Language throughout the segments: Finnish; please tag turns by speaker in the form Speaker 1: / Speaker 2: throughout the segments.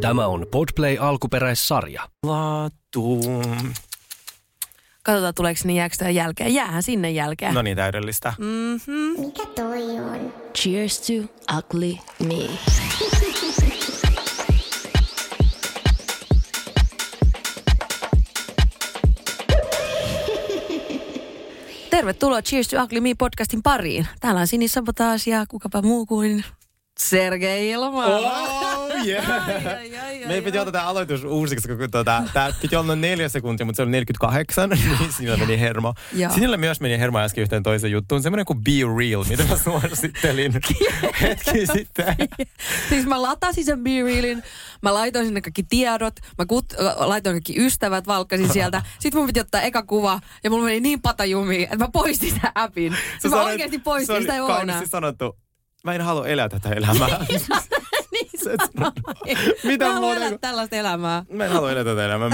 Speaker 1: Tämä on Podplay alkuperäissarja.
Speaker 2: Laatu.
Speaker 3: Katsotaan, tuleeko sinne jääkö tää jälkeä. Jäähän sinne jälkeä.
Speaker 2: No niin, täydellistä.
Speaker 4: Mikä toi on?
Speaker 5: Cheers to ugly me.
Speaker 3: Tervetuloa Cheers to Ugly Me podcastin pariin. Täällä on Sini Sabotaasi ja kukapa muu kuin Sergei Ilma.
Speaker 2: Oh, yeah.
Speaker 3: Ai, ai, ai,
Speaker 2: Me ei
Speaker 3: ai,
Speaker 2: piti
Speaker 3: ai.
Speaker 2: ottaa tämä aloitus uusiksi, kun tuota, tämä piti olla neljä sekuntia, mutta se oli 48, niin siinä meni hermo.
Speaker 3: Joo.
Speaker 2: Sinillä myös meni hermo äsken yhteen toiseen juttuun, semmoinen kuin Be Real, mitä mä suosittelin hetki sitten.
Speaker 3: Siis mä latasin sen Be Realin, mä laitoin sinne kaikki tiedot, mä kut, äh, laitoin kaikki ystävät, valkkasin sieltä. Sitten mun piti ottaa eka kuva ja mulla meni niin patajumiin, että mä poistin sitä appin. Sä mä
Speaker 2: sanoit-
Speaker 3: oikeasti poistin sitä
Speaker 2: Se
Speaker 3: ei
Speaker 2: oli
Speaker 3: oo enää.
Speaker 2: kauniisti sanottu. Mä en halua elää tätä elämää.
Speaker 3: Niin
Speaker 2: Se-
Speaker 3: sanoin.
Speaker 2: Mitä
Speaker 3: mä haluan
Speaker 2: muuta
Speaker 3: elää
Speaker 2: kuin-
Speaker 3: tällaista elämää.
Speaker 2: Mä en halua elää tätä elämää.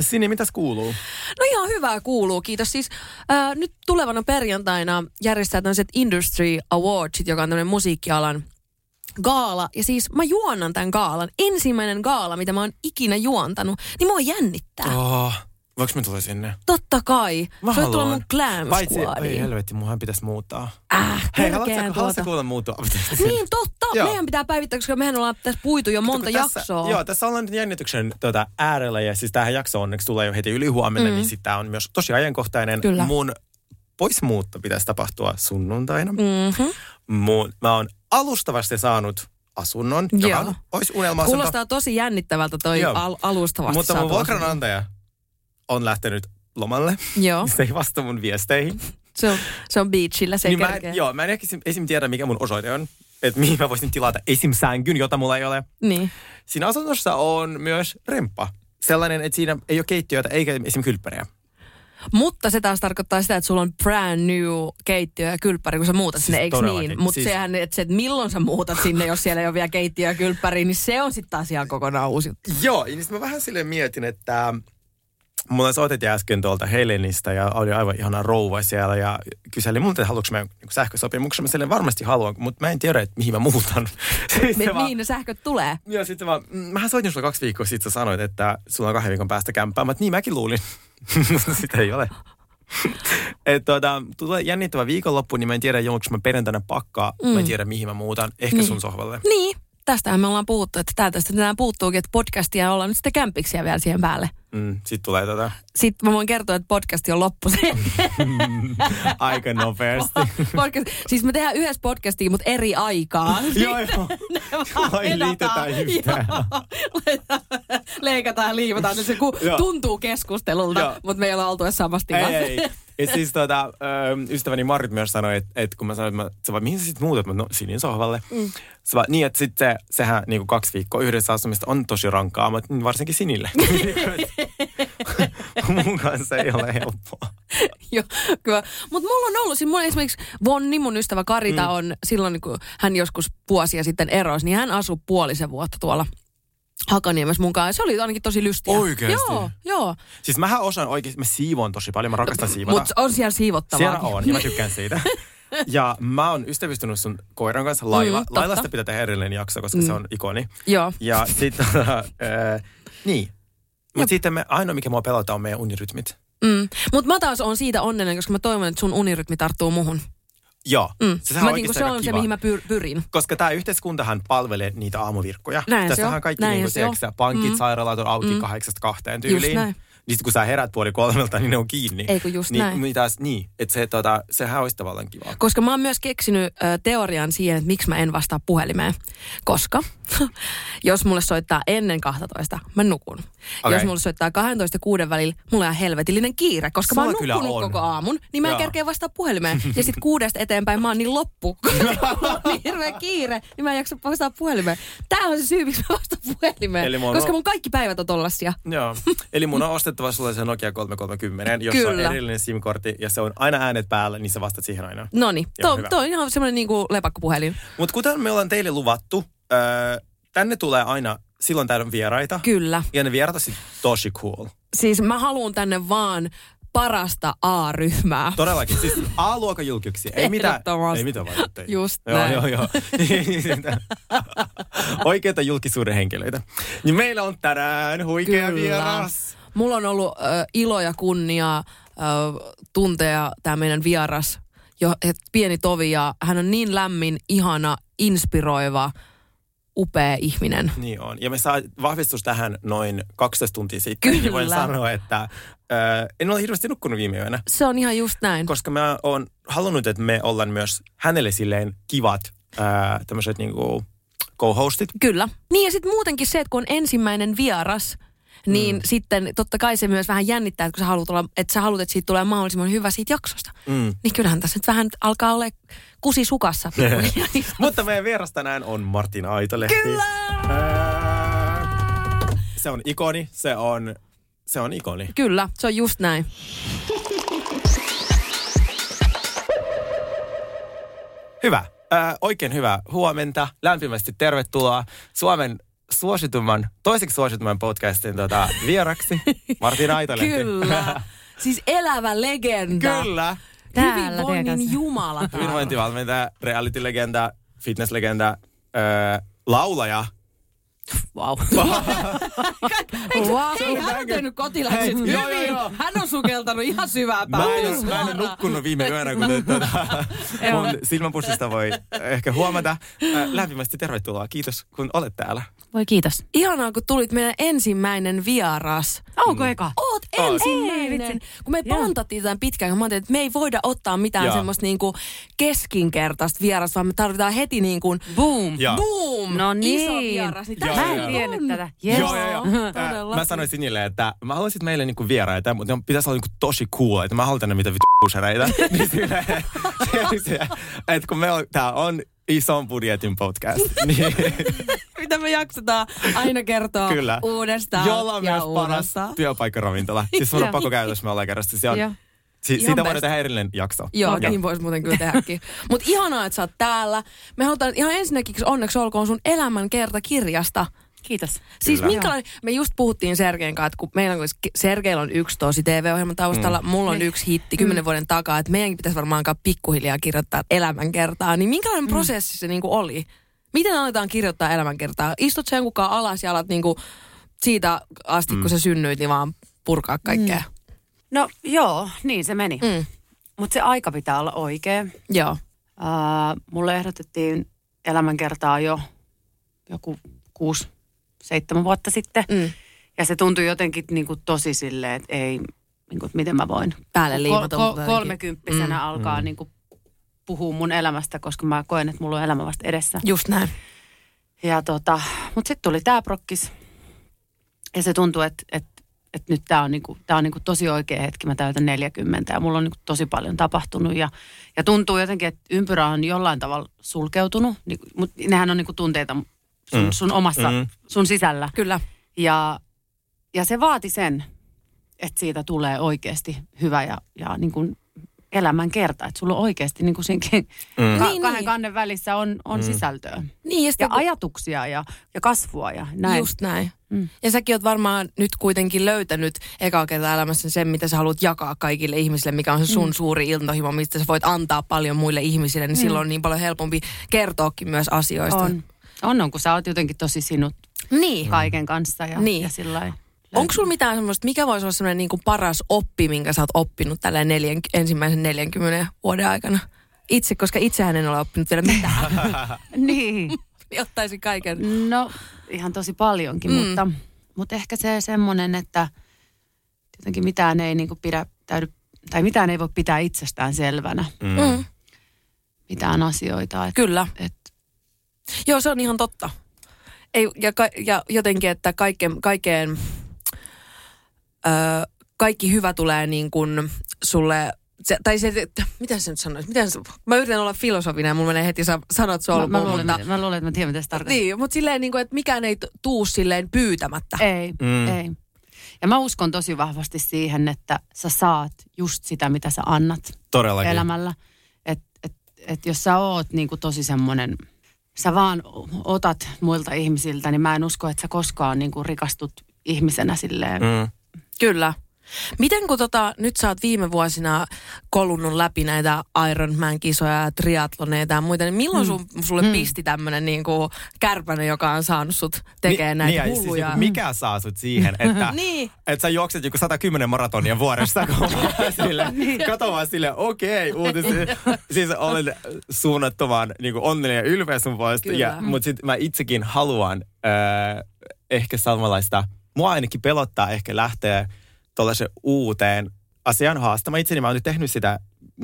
Speaker 2: Sini, mitäs kuuluu?
Speaker 3: No ihan hyvää kuuluu, kiitos. Siis äh, nyt tulevana perjantaina järjestetään tämmöiset Industry Awardsit, joka on tämmöinen musiikkialan gaala. Ja siis mä juonnan tämän gaalan. Ensimmäinen gaala, mitä mä oon ikinä juontanut, niin mua jännittää. Oh.
Speaker 2: Oh, voinko mä tulla sinne?
Speaker 3: Totta kai.
Speaker 2: Mä
Speaker 3: Se on tulla
Speaker 2: haluan.
Speaker 3: mun glam
Speaker 2: Paitsi, oi
Speaker 3: squadiin.
Speaker 2: helvetti, munhan pitäisi muuttaa.
Speaker 3: Äh,
Speaker 2: Hei,
Speaker 3: törkeä
Speaker 2: haluatko,
Speaker 3: tuota.
Speaker 2: haluatko kuulla muuttua?
Speaker 3: Niin, totta.
Speaker 2: Joo.
Speaker 3: Meidän pitää päivittää, koska mehän ollaan tässä puitu jo monta
Speaker 2: Kun tässä,
Speaker 3: jaksoa.
Speaker 2: Joo, tässä ollaan nyt jännityksen tuota, äärellä ja siis tämähän jakso onneksi tulee jo heti yli huomenna, mm. niin sitten tämä on myös tosi ajankohtainen.
Speaker 3: Kyllä.
Speaker 2: Mun poismuutto pitäisi tapahtua sunnuntaina.
Speaker 3: Mhm.
Speaker 2: Mm. Mun, mä oon alustavasti saanut asunnon, joo. joka
Speaker 3: Joo.
Speaker 2: on, olisi unelma
Speaker 3: Kuulostaa tosi jännittävältä toi
Speaker 2: Joo.
Speaker 3: al- alustavasti.
Speaker 2: Mutta mun
Speaker 3: saatu
Speaker 2: vuokranantaja on lähtenyt lomalle.
Speaker 3: asia. Joo,
Speaker 2: Se ei vastaa mun viesteihin.
Speaker 3: se on, se on beachillä, se ei
Speaker 2: niin mä,
Speaker 3: kerkeä.
Speaker 2: en- joo, mä en esim, esim tiedä, mikä mun osoite on. Että mihin mä voisin tilata esim. sängyn, jota mulla ei ole.
Speaker 3: Niin.
Speaker 2: Siinä asunnossa on myös remppa. Sellainen, että siinä ei ole keittiötä eikä esim. kylppärejä.
Speaker 3: Mutta se taas tarkoittaa sitä, että sulla on brand new keittiö ja kylppäri, kun sä muutat
Speaker 2: Siis
Speaker 3: sinne, eikö
Speaker 2: todellakin.
Speaker 3: niin? Mutta
Speaker 2: Siis-
Speaker 3: siis... sehän, että se, että milloin sä muutat sinne, jos siellä ei ole vielä keittiö ja kylppäri, niin se on sitten taas ihan kokonaan uusi. juttu.
Speaker 2: Joo, ja niin sit mä vähän silleen mietin, että ähm, mulla soitettiin äsken tuolta Helenistä ja oli aivan ihana rouva siellä ja kyseli multa, että haluanko mä niinku sähkösopimuksen. Mä silleen varmasti haluan, mutta mä en tiedä, että mihin mä muutan. Siis
Speaker 3: Me,
Speaker 2: se vaan-
Speaker 3: mihin niin ne sähköt tulee?
Speaker 2: Ja sitten mä, mm, mähän soitin sulla kaksi viikkoa sitten, sä sanoit, että sulla on kahden viikon päästä kämppää. Mä, et, niin mäkin luulin, mutta sitä ei ole. Et, tuota, tulee jännittävä viikonloppu, niin mä en tiedä, onko mä perjantaina pakkaa. Mm. Mä en tiedä, mihin mä muutan. Ehkä niin. sun sohvalle.
Speaker 3: Niin, tästähän me ollaan puhuttu, että täältä sitten tänään puuttuukin, että podcastia ollaan nyt sitten kämpiksiä vielä siihen päälle.
Speaker 2: Mm, sitten tulee tota,
Speaker 3: Sitten mä voin kertoa, että podcasti on loppu sen.
Speaker 2: aika nopeasti.
Speaker 3: Podcast. Siis me tehdään yhdessä podcastia, mutta eri aikaa.
Speaker 2: joo, joo. Ai, liitetään yhteen.
Speaker 3: Joo. Leikataan ja liivataan, niin se ku,
Speaker 2: Joo.
Speaker 3: tuntuu
Speaker 2: Joo.
Speaker 3: keskustelulta, mutta me ei olla oltu edes
Speaker 2: ei,
Speaker 3: samassa tilassa.
Speaker 2: ei. Ja siis tuota, ö, ystäväni Marit myös sanoi, että, että kun mä sanoin, että mä, se vaan, mihin sä sit muutat? Mä no sinin sohvalle. Mm. Se vaan, niin, että sitten se, sehän niin kuin kaksi viikkoa yhdessä asumista on tosi rankkaa, mutta niin varsinkin sinille. Mun kanssa ei ole helppoa.
Speaker 3: Joo, kyllä. Mutta mulla on ollut, siis mulla esimerkiksi Vonni, mun ystävä Karita mm. on silloin, kun hän joskus vuosia sitten erosi, niin hän asui puolisen vuotta tuolla Hakaniemessä mukaan. Se oli ainakin tosi lystiä.
Speaker 2: Oikeesti?
Speaker 3: Joo, joo.
Speaker 2: Siis mähän osaan oikeasti, mä siivoon tosi paljon, mä rakastan siivota.
Speaker 3: Mutta on siellä siivottavaa.
Speaker 2: Siellä on, ja mä tykkään siitä. Ja mä oon ystävystynyt sun koiran kanssa, Laila.
Speaker 3: Mm,
Speaker 2: Mm,
Speaker 3: totta.
Speaker 2: Lailasta pitää tehdä erillinen jakso, koska mm. se on ikoni.
Speaker 3: Joo.
Speaker 2: Ja sitten, äh, niin. Mutta sitten me, ainoa mikä mua pelottaa on meidän unirytmit.
Speaker 3: Mm. Mutta mä taas on siitä onnellinen, koska mä toivon, että sun unirytmi tarttuu muhun.
Speaker 2: Joo,
Speaker 3: Mm.
Speaker 2: mm.
Speaker 3: mä niinku, se on se, mihin mä pyr- pyrin.
Speaker 2: Koska tämä yhteiskuntahan palvelee niitä aamuvirkkoja.
Speaker 3: Näin se
Speaker 2: Tässähän
Speaker 3: on,
Speaker 2: kaikki
Speaker 3: näin
Speaker 2: niinku,
Speaker 3: se on.
Speaker 2: tiedätkö sä, pankit, mm. sairaalat on auki mm. kahdeksasta kahteen
Speaker 3: Just
Speaker 2: tyyliin.
Speaker 3: näin.
Speaker 2: Niin sit kun sä herät puoli kolmelta, niin ne on kiinni.
Speaker 3: Ei kun just
Speaker 2: niin,
Speaker 3: näin.
Speaker 2: Niin, taas, niin että se, tota, sehän olisi tavallaan kiva.
Speaker 3: Koska mä oon myös keksinyt ö, teorian siihen, että miksi mä en vastaa puhelimeen. Koska jos mulle soittaa ennen 12, mä nukun. Okay.
Speaker 2: Okei.
Speaker 3: Jos mulle soittaa 12 ja 6 välillä, mulla on ihan helvetillinen kiire, koska mä oon
Speaker 2: Sulla kyllä
Speaker 3: nukkunut
Speaker 2: on.
Speaker 3: koko aamun, niin mä en
Speaker 2: Joo.
Speaker 3: kerkeä vastaa puhelimeen. Ja sit kuudesta eteenpäin mä oon niin loppu, kun mulla on niin hirveä kiire, niin mä en jaksa vastaa puhelimeen. Tää on se syy, miksi mä vastaan puhelimeen,
Speaker 2: Eli mä oon-
Speaker 3: koska mun kaikki päivät on tollasia.
Speaker 2: Joo. Eli mun on ostettava sulle se Nokia 330, jossa on
Speaker 3: Kyllä.
Speaker 2: erillinen SIM-kortti ja se on aina äänet päällä, niin sä vastat siihen aina.
Speaker 3: No niin,
Speaker 2: Joo,
Speaker 3: toi,
Speaker 2: hyvä.
Speaker 3: toi on ihan semmoinen niinku lepakkopuhelin.
Speaker 2: Mutta kuten me ollaan teille luvattu, öö, tänne tulee aina silloin täällä on vieraita.
Speaker 3: Kyllä.
Speaker 2: Ja ne vierat on sit tosi cool.
Speaker 3: siis mä haluan tänne vaan parasta A-ryhmää.
Speaker 2: Todellakin, siis A-luokan julkiksi. Ei mitään,
Speaker 3: Ehdottomasti.
Speaker 2: ei mitään vaikutteita.
Speaker 3: Just
Speaker 2: joo,
Speaker 3: näin.
Speaker 2: Joo, joo, Oikeita julkisuuden henkilöitä. Niin meillä on tänään huikea
Speaker 3: Kyllä.
Speaker 2: vieras.
Speaker 3: Mulla on ollut ö, ilo ja kunnia ö, tuntea tämä meidän vieras, jo, et, pieni tovi, ja hän on niin lämmin, ihana, inspiroiva, upea ihminen.
Speaker 2: Niin on. Ja me saa vahvistus tähän noin 12 tuntia sitten. Niin voin
Speaker 3: Kyllä.
Speaker 2: sanoa, että ö, en ole hirveästi nukkunut viime yönä,
Speaker 3: Se on ihan just näin.
Speaker 2: koska mä oon halunnut, että me ollaan myös hänelle silleen kivat ö, tämmöiset niinku co-hostit.
Speaker 3: Kyllä. Niin ja sitten muutenkin se, että kun on ensimmäinen vieras, niin mm. sitten totta kai se myös vähän jännittää, että kun sä haluat, olla, että sä haluat, että siitä tulee mahdollisimman hyvä siitä jaksosta.
Speaker 2: Mm.
Speaker 3: Niin kyllähän tässä nyt vähän alkaa olla kusi sukassa.
Speaker 2: Mutta meidän vieras tänään on Martin Aitolehti.
Speaker 3: Kyllä!
Speaker 2: Ää, Se on ikoni, se on, se on ikoni.
Speaker 3: Kyllä, se on just näin.
Speaker 2: Hyvä, Ää, oikein hyvää huomenta, lämpimästi tervetuloa Suomen suositumman, toiseksi suositumman podcastin tota, vieraksi, Martin Aitolehti.
Speaker 3: Kyllä. Siis elävä legenda.
Speaker 2: Kyllä.
Speaker 6: Täällä
Speaker 3: Hyvinvoinnin
Speaker 6: teidän
Speaker 3: jumala.
Speaker 2: Hyvinvointivalmentaja, reality-legenda, fitness-legenda, ää, laulaja.
Speaker 3: Wow. wow. Hän on tehnyt kotiläksyt
Speaker 2: Hei, joo, joo, joo.
Speaker 3: hyvin. Hän on sukeltanut ihan syvään
Speaker 2: Mä en,
Speaker 3: päälle.
Speaker 2: oo- mä en ole nukkunut viime yönä, kun tuota, mun silmäpussista voi ehkä huomata. Ää, Lämpimästi tervetuloa. Kiitos, kun olet täällä.
Speaker 6: Voi kiitos.
Speaker 3: Ihanaa, kun tulit meidän ensimmäinen vieras.
Speaker 2: Mm.
Speaker 6: Onko eka?
Speaker 3: Oot
Speaker 2: Oot.
Speaker 3: ensimmäinen.
Speaker 6: Ei, vitsi.
Speaker 3: kun me
Speaker 6: Joo.
Speaker 3: pantattiin tämän pitkään, kun mä ajattelin, että me ei voida ottaa mitään
Speaker 2: Joo.
Speaker 3: semmoista niinku keskinkertaista vierasta, vaan me tarvitaan heti niin kuin
Speaker 6: Boom.
Speaker 2: Ja-
Speaker 3: boom,
Speaker 6: No
Speaker 3: iso
Speaker 6: niin.
Speaker 3: vieras. Niin
Speaker 2: Joo,
Speaker 6: Mä
Speaker 3: tässä
Speaker 6: en
Speaker 2: joo.
Speaker 6: tiennyt
Speaker 3: on.
Speaker 6: tätä. Yes.
Speaker 2: Joo, joo, joo. Ää,
Speaker 3: Todellakin.
Speaker 2: Mä sanoin Sinille, että mä haluaisit meille niinku vieraita, mutta ne on- pitäisi olla niinku tosi cool, että mä haluan tänne mitä vittu kuusereita. niin silleen, se- että kun me on, tää on ison budjetin podcast, niin
Speaker 3: Mitä me jaksetaan aina kertoa
Speaker 2: Kyllä.
Speaker 3: uudestaan
Speaker 2: jolla on
Speaker 3: ja
Speaker 2: myös paras
Speaker 3: uudestaan.
Speaker 2: työpaikkaravintola. Siis mun on
Speaker 6: Joo.
Speaker 2: pakko käydä, jos me ollaan kerrasta. Siis Se on,
Speaker 6: Joo.
Speaker 2: si-
Speaker 3: Ihan
Speaker 2: siitä voidaan
Speaker 3: best.
Speaker 2: tehdä erillinen jakso.
Speaker 3: Joo,
Speaker 2: Joo.
Speaker 3: okay. niin voisi muuten kyllä tehdäkin. Mutta ihanaa, että sä oot täällä. Me halutaan ihan ensinnäkin onneksi olkoon sun elämän kerta kirjasta.
Speaker 6: Kiitos.
Speaker 3: Siis
Speaker 2: Kyllä.
Speaker 3: minkälainen, me just puhuttiin Sergeen kanssa, että kun meillä on, kuitenkin- Sergeillä on yksi tosi TV-ohjelma taustalla, mm. mulla on yksi hitti kymmenen vuoden takaa, että meidänkin pitäisi varmaan alkaa pikkuhiljaa kirjoittaa elämänkertaa. Niin minkälainen mm. prosessi se niinku oli? Miten aletaan kirjoittaa elämänkertaa? Istut sen kukaan alas ja alat niinku siitä asti, mm. kun sä synnyit, niin vaan purkaa kaikkea. Mm.
Speaker 6: No joo, niin se meni.
Speaker 3: Mm.
Speaker 6: Mm. Mutta se aika pitää olla oikea.
Speaker 3: Joo.
Speaker 6: Uh, mulle ehdotettiin elämänkertaa jo joku kuusi, seitsemän vuotta sitten.
Speaker 3: Mm.
Speaker 6: Ja se tuntui jotenkin niin kuin tosi silleen, että ei, niin kuin, miten mä voin.
Speaker 3: Päälle liimatun.
Speaker 6: Ko- ko- kolmekymppisenä mm. alkaa mm. niin kuin puhua mun elämästä, koska mä koen, että mulla on elämä vasta edessä.
Speaker 3: Just näin.
Speaker 6: Ja tota, mutta sitten tuli tämä prokkis. Ja se tuntui, että et, et nyt tämä on, niinku, tää on niinku tosi oikea hetki. Mä täytän 40 ja mulla on niinku tosi paljon tapahtunut. Ja, ja tuntuu jotenkin, että ympyrä on jollain tavalla sulkeutunut. Niinku, mutta nehän on niinku tunteita sun,
Speaker 2: Mm.
Speaker 6: mm. sun omassa,
Speaker 2: Mm.
Speaker 6: mm. sun sisällä.
Speaker 3: Kyllä.
Speaker 6: Ja, ja se vaati sen, että siitä tulee oikeasti hyvä ja, ja niinku elämän kerta. Että sulla on oikeasti niinku senkin
Speaker 2: Mm.
Speaker 6: ka-
Speaker 3: Niin,
Speaker 6: kahden
Speaker 3: niin.
Speaker 6: kannen välissä on, on
Speaker 2: Mm.
Speaker 6: mm. sisältöä
Speaker 3: Niin, ja, sitten
Speaker 6: ja
Speaker 3: kun-
Speaker 6: ajatuksia ja, ja kasvua ja näin.
Speaker 3: Just näin. Mm.
Speaker 6: Mm.
Speaker 3: Ja säkin oot varmaan nyt kuitenkin löytänyt ekaa kertaa elämässä sen, mitä sä haluat jakaa kaikille ihmisille, mikä on se sun mm. suuri intohimo, mistä sä voit antaa paljon muille ihmisille, niin mm. silloin on niin paljon helpompi kertoakin myös asioista.
Speaker 6: on. on, on, kun sä oot jotenkin tosi sinut
Speaker 3: Niin.
Speaker 6: kaiken kanssa ja,
Speaker 3: Niin.
Speaker 6: ja sillä lailla.
Speaker 3: Onko sulla mitään semmoista, mikä voisi olla semmoinen niin kuin paras oppi, minkä sä oot oppinut tällä neljän, ensimmäisen 40 vuoden aikana? Itse, koska itsehän en ole oppinut vielä mitään,
Speaker 6: Niin.
Speaker 3: niin ottaisin kaiken.
Speaker 6: No, ihan tosi paljonkin,
Speaker 3: Mm.
Speaker 6: mm. mutta, mutta ehkä se semmoinen, että jotenkin mitään ei niinku pidä, täydy, tai mitään ei voi pitää itsestään selvänä,
Speaker 2: Mm-hmm.
Speaker 3: Mm.
Speaker 6: mitään asioita. Et,
Speaker 3: Kyllä.
Speaker 6: et,
Speaker 3: Joo, se on ihan totta. Ei, ja, ka, ja jotenkin, että kaikkeen, kaikkeen ö, kaikki hyvä tulee niin kuin sulle, se, tai se, että, miten se nyt sanoisi, miten se, mä yritän olla filosofinen ja mulla menee heti sa, sanat
Speaker 6: mä,
Speaker 3: solmuun,
Speaker 6: mä, luulen,
Speaker 3: mutta,
Speaker 6: mä luulen, että mä tiedän, mitä se tarkoittaa.
Speaker 3: niin, mutta silleen niin kuin, että mikään ei t- tuu silleen pyytämättä.
Speaker 6: Ei,
Speaker 2: Mm.
Speaker 6: mm. ei. Ja mä uskon tosi vahvasti siihen, että sä saat just sitä, mitä sä annat.
Speaker 2: Todellakin.
Speaker 6: elämällä. Että et, et jos sä oot niinku tosi semmoinen, sä vaan otat muilta ihmisiltä, niin mä en usko, että sä koskaan niinku rikastut ihmisenä silleen.
Speaker 2: Mm.
Speaker 3: Kyllä. Miten kun tota, nyt sä oot viime vuosina kolunnut läpi näitä Ironman-kisoja ja triatloneita ja muita, niin milloin sun, sulle mm. pisti tämmönen niinku kärpänen, joka on saanut sut tekemään
Speaker 2: Ni-
Speaker 3: näitä
Speaker 2: ja siis
Speaker 3: hulluja?
Speaker 2: niinku mikä saa sut siihen, että
Speaker 3: Niin.
Speaker 2: et sä juokset joku 110 maratonia vuodessa, kun mä oon sille,
Speaker 3: Niin.
Speaker 2: kato vaan sille, okei, okay, uutisi. siis olen suunnattoman niin onnellinen ja ylpeä sun puolesta,
Speaker 3: Kyllä.
Speaker 2: ja, mutta Mm. sit mä itsekin haluan äh, ehkä samanlaista, mua ainakin pelottaa ehkä lähteä tuollaisen uuteen asian haastamaan itseni. Mä oon nyt tehnyt sitä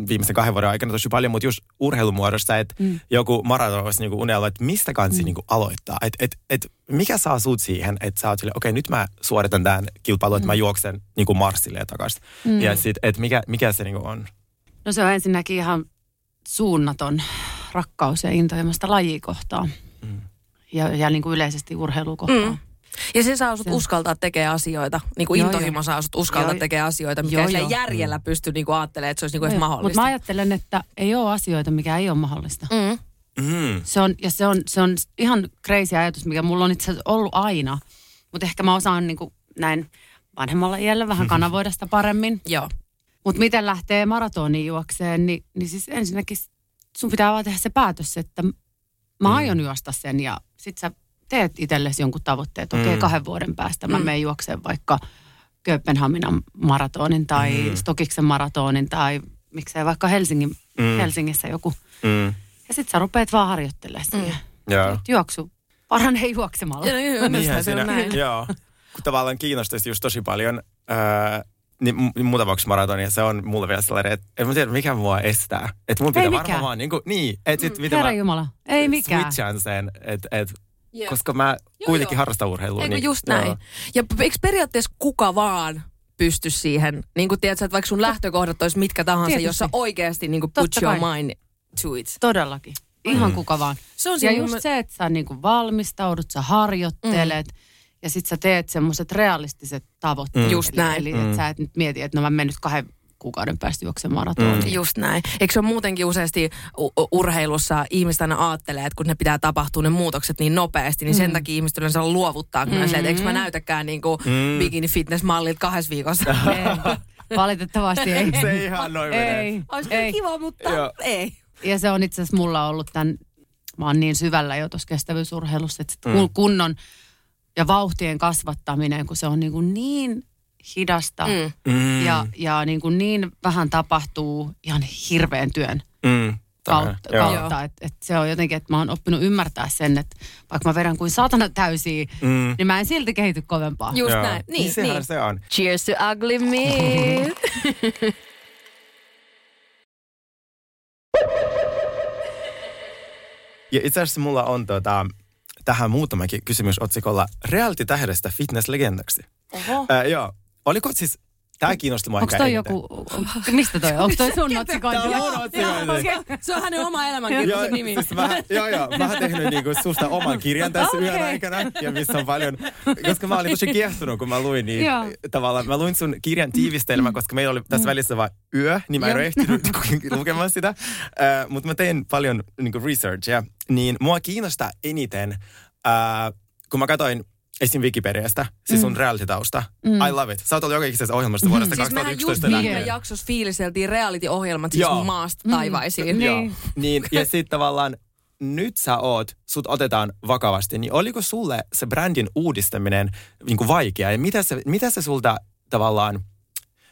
Speaker 2: viimeisen kahden vuoden aikana tosi paljon, mutta just urheilumuodossa, että mm. joku maraton olisi niinku unelma, että mistä kansi mm. niinku aloittaa. Et, et, et, mikä saa sut siihen, että sä oot silleen, okei okay, nyt mä suoritan tämän kilpailun, että mä juoksen niinku Marsille ja takaisin. Mm. Ja sit, et mikä, mikä se niinku on.
Speaker 6: No se on ensinnäkin ihan suunnaton rakkaus ja intohimoista lajia kohtaan.
Speaker 2: Mm.
Speaker 6: Ja, ja niin kuin yleisesti urheilua kohtaan.
Speaker 3: Mm. Ja se saa sut
Speaker 6: Se-
Speaker 3: uskaltaa tekemään asioita, niin kuin
Speaker 6: Joo,
Speaker 3: intohimo
Speaker 6: joo.
Speaker 3: saa sut uskaltaa
Speaker 6: Joo.
Speaker 3: tekemään asioita, mikä
Speaker 6: Joo,
Speaker 3: ei sillä
Speaker 6: joo.
Speaker 3: järjellä pysty niinku ajattelemaan, että se olisi niinku edes
Speaker 6: Mutta
Speaker 3: mahdollista.
Speaker 6: mä ajattelen, että ei ole asioita, mikä ei ole mahdollista.
Speaker 3: Mm.
Speaker 2: Mm.
Speaker 6: Se on, ja se on, se on ihan crazy ajatus, mikä mulla on itse asiassa ollut aina. Mutta ehkä mä osaan niin kuin näin vanhemmalla iällä vähän kanavoida sitä paremmin.
Speaker 3: Joo.
Speaker 6: Mutta miten lähtee maratoniin juokseen, niin, niin siis ensinnäkin sun pitää vaan tehdä se päätös, että
Speaker 2: Mm.
Speaker 6: mä aion juosta sen ja sit sä teet itsellesi jonkun tavoitteen, että okei okay,
Speaker 2: Mm.
Speaker 6: kahden vuoden päästä mä menen juokseen vaikka Kööpenhaminan maratonin tai
Speaker 2: Mm.
Speaker 6: Stokiksen maratonin tai miksei vaikka Helsingin,
Speaker 2: Mm.
Speaker 6: Helsingissä joku.
Speaker 2: Mm.
Speaker 6: Ja sit sä rupeat vaan harjoittelemaan siihen.
Speaker 2: Joo.
Speaker 6: Juoksu paranee juoksemalla.
Speaker 3: Ja, joo, joo,
Speaker 2: Niinhän
Speaker 3: just se on
Speaker 2: Niin siinä-
Speaker 3: näin.
Speaker 2: Joo, kun tavallaan kiinnostaisi just tosi paljon, öö, niin mu- muutamaksi maratonia, se on mulle vielä sellainen, että en mä tiedä, mikä mua estää. Että mun pitää
Speaker 6: mikään.
Speaker 2: varmaan vaan niin, kuin, niin että
Speaker 3: Mm,
Speaker 2: sit miten
Speaker 6: Herra
Speaker 2: mä
Speaker 6: Jumala, ei mikään.
Speaker 2: switchaan sen, että et,
Speaker 3: Joo.
Speaker 2: koska mä
Speaker 3: Joo,
Speaker 2: kuitenkin
Speaker 3: joo.
Speaker 2: harrastan urheilua.
Speaker 3: Eikö
Speaker 2: niin-
Speaker 3: just
Speaker 2: joo.
Speaker 3: näin? Ja p- eikö periaatteessa kuka vaan pysty siihen? Niin kuin tiedät, sä, että vaikka sun lähtökohdat olisi mitkä tahansa,
Speaker 6: Tietysti.
Speaker 3: jos sä oikeasti niin kuin put
Speaker 6: Totta
Speaker 3: your
Speaker 6: kai.
Speaker 3: mind to it.
Speaker 6: Todellakin. Ihan kuka vaan.
Speaker 3: Mm. Se on
Speaker 6: Ja
Speaker 3: siinä
Speaker 6: just
Speaker 3: mun-
Speaker 6: se, että sä niinku valmistaudut, sä harjoittelet ja sit sä teet semmoiset realistiset tavoitteet.
Speaker 3: Mm. Just
Speaker 6: eli,
Speaker 3: näin.
Speaker 6: Eli että sä et nyt mieti, että no mä menen nyt kahden kuukauden päästä juoksen maratoniin. Mm.
Speaker 3: Just näin. Eikö se ole muutenkin useasti u- u- urheilussa ihmiset aina ajattelee, että kun ne pitää tapahtua ne muutokset niin nopeasti, niin sen takia ihmiset yleensä luovuttaa, kun mm. että eikö mä näytäkään niin kuin mm. bikini fitness mallilta kahdessa viikossa.
Speaker 6: Ei, valitettavasti ei.
Speaker 2: Se ei ihan noin menee.
Speaker 6: ei,
Speaker 3: Olisi kyllä
Speaker 6: ei.
Speaker 3: kiva, mutta
Speaker 2: Joo.
Speaker 3: ei.
Speaker 6: Ja se on itse asiassa mulla ollut tämän, mä oon niin syvällä jo tuossa kestävyysurheilussa, että sit
Speaker 3: Mm.
Speaker 6: kun- kunnon ja vauhtien kasvattaminen, kun se on niin, kuin niin hidasta
Speaker 3: Mm.
Speaker 2: Mm,
Speaker 6: ja, ja niin, kuin niin vähän tapahtuu ihan hirveän työn
Speaker 2: mm, Tämä,
Speaker 6: kautta,
Speaker 2: joo.
Speaker 6: kautta että et se on jotenkin, että mä oon oppinut ymmärtää sen, että vaikka mä vedän kuin saatana täysiä,
Speaker 2: Mm,
Speaker 6: niin mä en silti kehity kovempaa.
Speaker 3: Just
Speaker 2: joo.
Speaker 3: näin. Niin,
Speaker 2: sehän
Speaker 3: niin.
Speaker 2: se on.
Speaker 5: Cheers to ugly me.
Speaker 2: Ja itse asiassa mulla on tota, tähän muutamakin kysymys otsikolla reality-tähdestä fitness-legendaksi.
Speaker 6: Oho.
Speaker 2: Äh, joo. Oliko siis, tämä kiinnosti mua
Speaker 6: Onko
Speaker 2: ehkä
Speaker 6: toi
Speaker 2: eniten.
Speaker 6: joku, mistä toi on? Onko toi sun otsikointi?
Speaker 2: Tää on mun otsikointi.
Speaker 3: Se on hänen oma elämänkirjansa
Speaker 2: Joo,
Speaker 3: nimi.
Speaker 2: siis mä, joo, joo. Mä oon tehnyt niinku susta oman kirjan tässä okay. yön aikana, ja missä on paljon, koska mä olin tosi kiehtonut, kun mä luin, niin
Speaker 6: Joo.
Speaker 2: tavallaan mä luin sun kirjan tiivistelmän, koska meillä oli tässä välissä vain yö, niin mä en
Speaker 6: Joo.
Speaker 2: ole ehtinyt lukemaan sitä, äh, mutta mä tein paljon niinku researchia, niin mua kiinnostaa eniten, äh, kun mä katsoin esim. Wikipediasta, siis sun mm. reality-tausta. Mm. I love it. Sä oot ollut joka ikisessä ohjelmassa vuodesta
Speaker 3: Siis mehän just
Speaker 2: 2011
Speaker 3: viime
Speaker 2: lähtien.
Speaker 3: jaksossa fiiliseltiin reality-ohjelmat siis
Speaker 2: Joo.
Speaker 3: maasta taivaisiin.
Speaker 2: Joo. Niin, ja sitten tavallaan nyt sä oot, sut otetaan vakavasti, niin oliko sulle se brändin uudistaminen niin kuin vaikea ja mitä se, mitä se sulta tavallaan,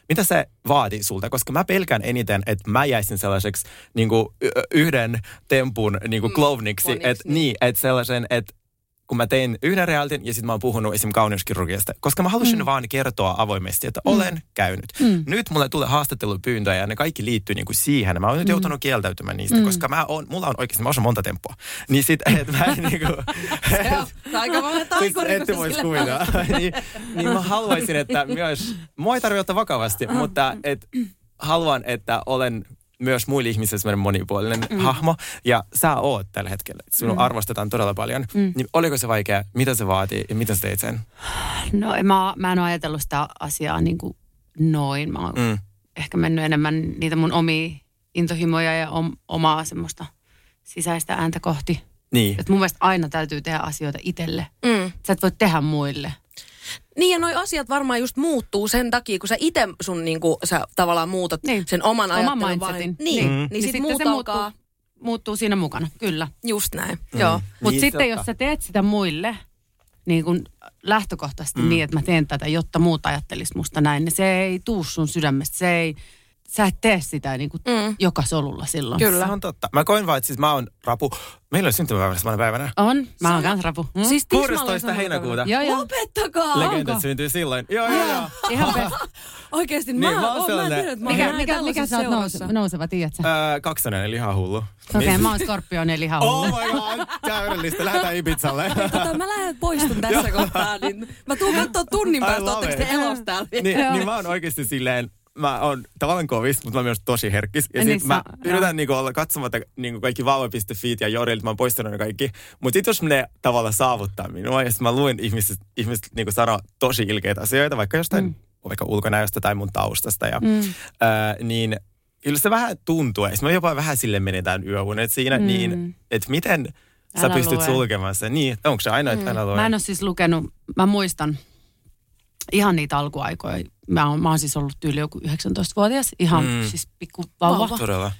Speaker 2: mitä se vaati sulta? Koska mä pelkään eniten, että mä jäisin sellaiseksi niin kuin yhden tempun niin kuin klovniksi,
Speaker 3: kloniksi,
Speaker 2: että niin, että sellaisen, että kun mä tein yhden realitin ja sitten mä oon puhunut esim. kauneuskirurgiasta, koska mä halusin mm. vaan kertoa avoimesti, että olen käynyt. Mm. Nyt mulle tulee haastattelupyyntöjä ja ne kaikki liittyy niinku siihen. Mä oon nyt joutunut kieltäytymään niistä, mm. koska mä oon, mulla on oikeasti, mä osaan monta temppua. Niin sit, et mä en niinku...
Speaker 3: Joo, aika monen
Speaker 2: Siis
Speaker 3: taikuri.
Speaker 2: ette voisi kuvitella. niin, niin mä haluaisin, että myös, mua ei tarvitse ottaa vakavasti, mutta et, haluan, että olen myös muille ihmisille semmoinen monipuolinen mm. hahmo. Ja sä oot tällä hetkellä. Sinua mm. arvostetaan todella paljon. Mm. Niin oliko se vaikea? Mitä se vaatii? Ja miten sä teit sen?
Speaker 6: No en mä, mä en ole ajatellut sitä asiaa niin kuin noin. Mä oon
Speaker 2: Mm.
Speaker 6: ehkä mennyt enemmän niitä mun omia intohimoja ja om, omaa semmoista sisäistä ääntä kohti.
Speaker 2: Niin.
Speaker 6: Et mun mielestä aina täytyy tehdä asioita itselle.
Speaker 3: Mm.
Speaker 6: Sä et voi tehdä muille.
Speaker 3: Niin ja noi asiat varmaan just muuttuu sen takia, kun sä itse sun niinku, sä tavallaan muutat
Speaker 6: Niin.
Speaker 3: niin. sen oman,
Speaker 6: Oman
Speaker 3: ajattelun
Speaker 6: mindsetin.
Speaker 3: Vain. Niin,
Speaker 6: Niin.
Speaker 3: mm. niin,
Speaker 6: Niin
Speaker 3: niin sit
Speaker 6: sitten
Speaker 3: muut
Speaker 6: se muuttuu.
Speaker 3: alkaa
Speaker 6: Muuttuu siinä mukana, kyllä.
Speaker 3: just näin. Mm. Joo.
Speaker 6: Mutta
Speaker 2: Niin,
Speaker 6: sitten
Speaker 2: totta.
Speaker 6: jos sä teet sitä muille, niin kun lähtökohtaisesti mm. niin, että mä teen tätä, jotta muut ajattelis musta näin, niin se ei tuu sun sydämestä, se ei, sä et tee sitä niin kuin mm.
Speaker 3: Mm.
Speaker 6: joka solulla silloin.
Speaker 3: Kyllä.
Speaker 2: Se on totta. Mä koin vaan, että siis mä oon rapu. Meillä on syntymäpäivänä samana päivänä.
Speaker 6: On, mä oon kans rapu. Mm.
Speaker 3: Siis tismalleen
Speaker 2: 16.
Speaker 3: samalla
Speaker 2: heinäkuuta.
Speaker 6: joo,
Speaker 3: tavalla.
Speaker 6: joo.
Speaker 3: Lopettakaa!
Speaker 2: Legendat syntyy silloin. Joo, joo, joo.
Speaker 6: Ihan best.
Speaker 3: Oikeesti,
Speaker 2: Niin,
Speaker 3: mä,
Speaker 2: mä oon
Speaker 3: oon, mä en
Speaker 2: sellainen-
Speaker 3: tiedä, että mä oon
Speaker 6: Mikä,
Speaker 3: näin
Speaker 6: mikä, mikä
Speaker 3: tällaisessa
Speaker 6: sä oot
Speaker 3: seurassa. Äh,
Speaker 6: nouseva, nouseva tiedät sä?
Speaker 2: Öö, kaksonen, eli ihan hullu.
Speaker 6: Okei, okay,
Speaker 2: Niin-
Speaker 6: mä oon skorpion, eli ihan
Speaker 2: Oh
Speaker 6: hullu.
Speaker 2: my god, täydellistä. Lähdetään Ibizalle.
Speaker 3: Tota, mä lähden poistun tässä kohtaa, niin mä tuun katsoa tunnin
Speaker 2: I
Speaker 3: päästä,
Speaker 2: love
Speaker 3: ootteko te
Speaker 2: it.
Speaker 3: elossa täällä vielä?
Speaker 2: niin, niin mä oon oikeasti silleen, mä oon tavallaan kovis, mutta mä oon myös tosi herkkis. Ja
Speaker 6: Niin
Speaker 2: sit
Speaker 6: sä-
Speaker 2: mä
Speaker 6: joo.
Speaker 2: yritän niinku olla katsomatta niinku kaikki vauva.fiit ja jodelit, mä oon poistanut ne kaikki. Mutta sit jos ne tavallaan saavuttaa minua, ja sit mä luin ihmiset, ihmiset niinku sanoo tosi ilkeitä asioita, vaikka jostain mm. vaikka ulkonäöstä tai mun taustasta. Ja, mm. ää, niin kyllä se vähän tuntuu, ja sit mä jopa vähän sille menetään yöunet siinä, mm. niin että miten sä
Speaker 6: Älä
Speaker 2: pystyt
Speaker 6: lue.
Speaker 2: sulkemaan sen. Niin, onko se aina, että älä lue?
Speaker 6: Mä en ole siis lukenut, mä muistan ihan niitä alkuaikoja. Mä oon, mä oon siis ollut tyyli joku 19-vuotias, ihan mm. siis pikku vauva.
Speaker 2: Todella.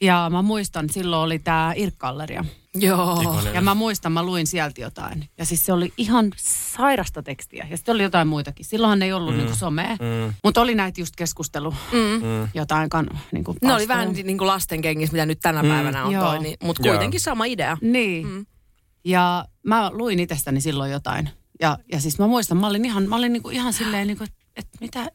Speaker 6: Ja mä muistan, silloin oli tämä Irkkalleria.
Speaker 3: Joo.
Speaker 6: Ja mä muistan, mä luin sieltä jotain. Ja siis se oli ihan sairasta tekstiä. Ja sitten oli jotain muitakin. Silloinhan ei ollut mm. niinku somea. Mm. Mutta oli näitä just keskustelu. Mm. Jotain kan, niinku
Speaker 3: Ne oli
Speaker 6: palstoja.
Speaker 3: vähän niin kuin lasten kengissä, mitä nyt tänä päivänä on
Speaker 6: Joo.
Speaker 3: toi, niin, mutta
Speaker 2: Mm. Joo.
Speaker 3: kuitenkin sama idea.
Speaker 6: Niin. Mm. Ja mä luin itsestäni silloin jotain. Ja, ja siis mä muistan, mä olin ihan, mä olin niinku ihan silleen, niinku, että et mitä,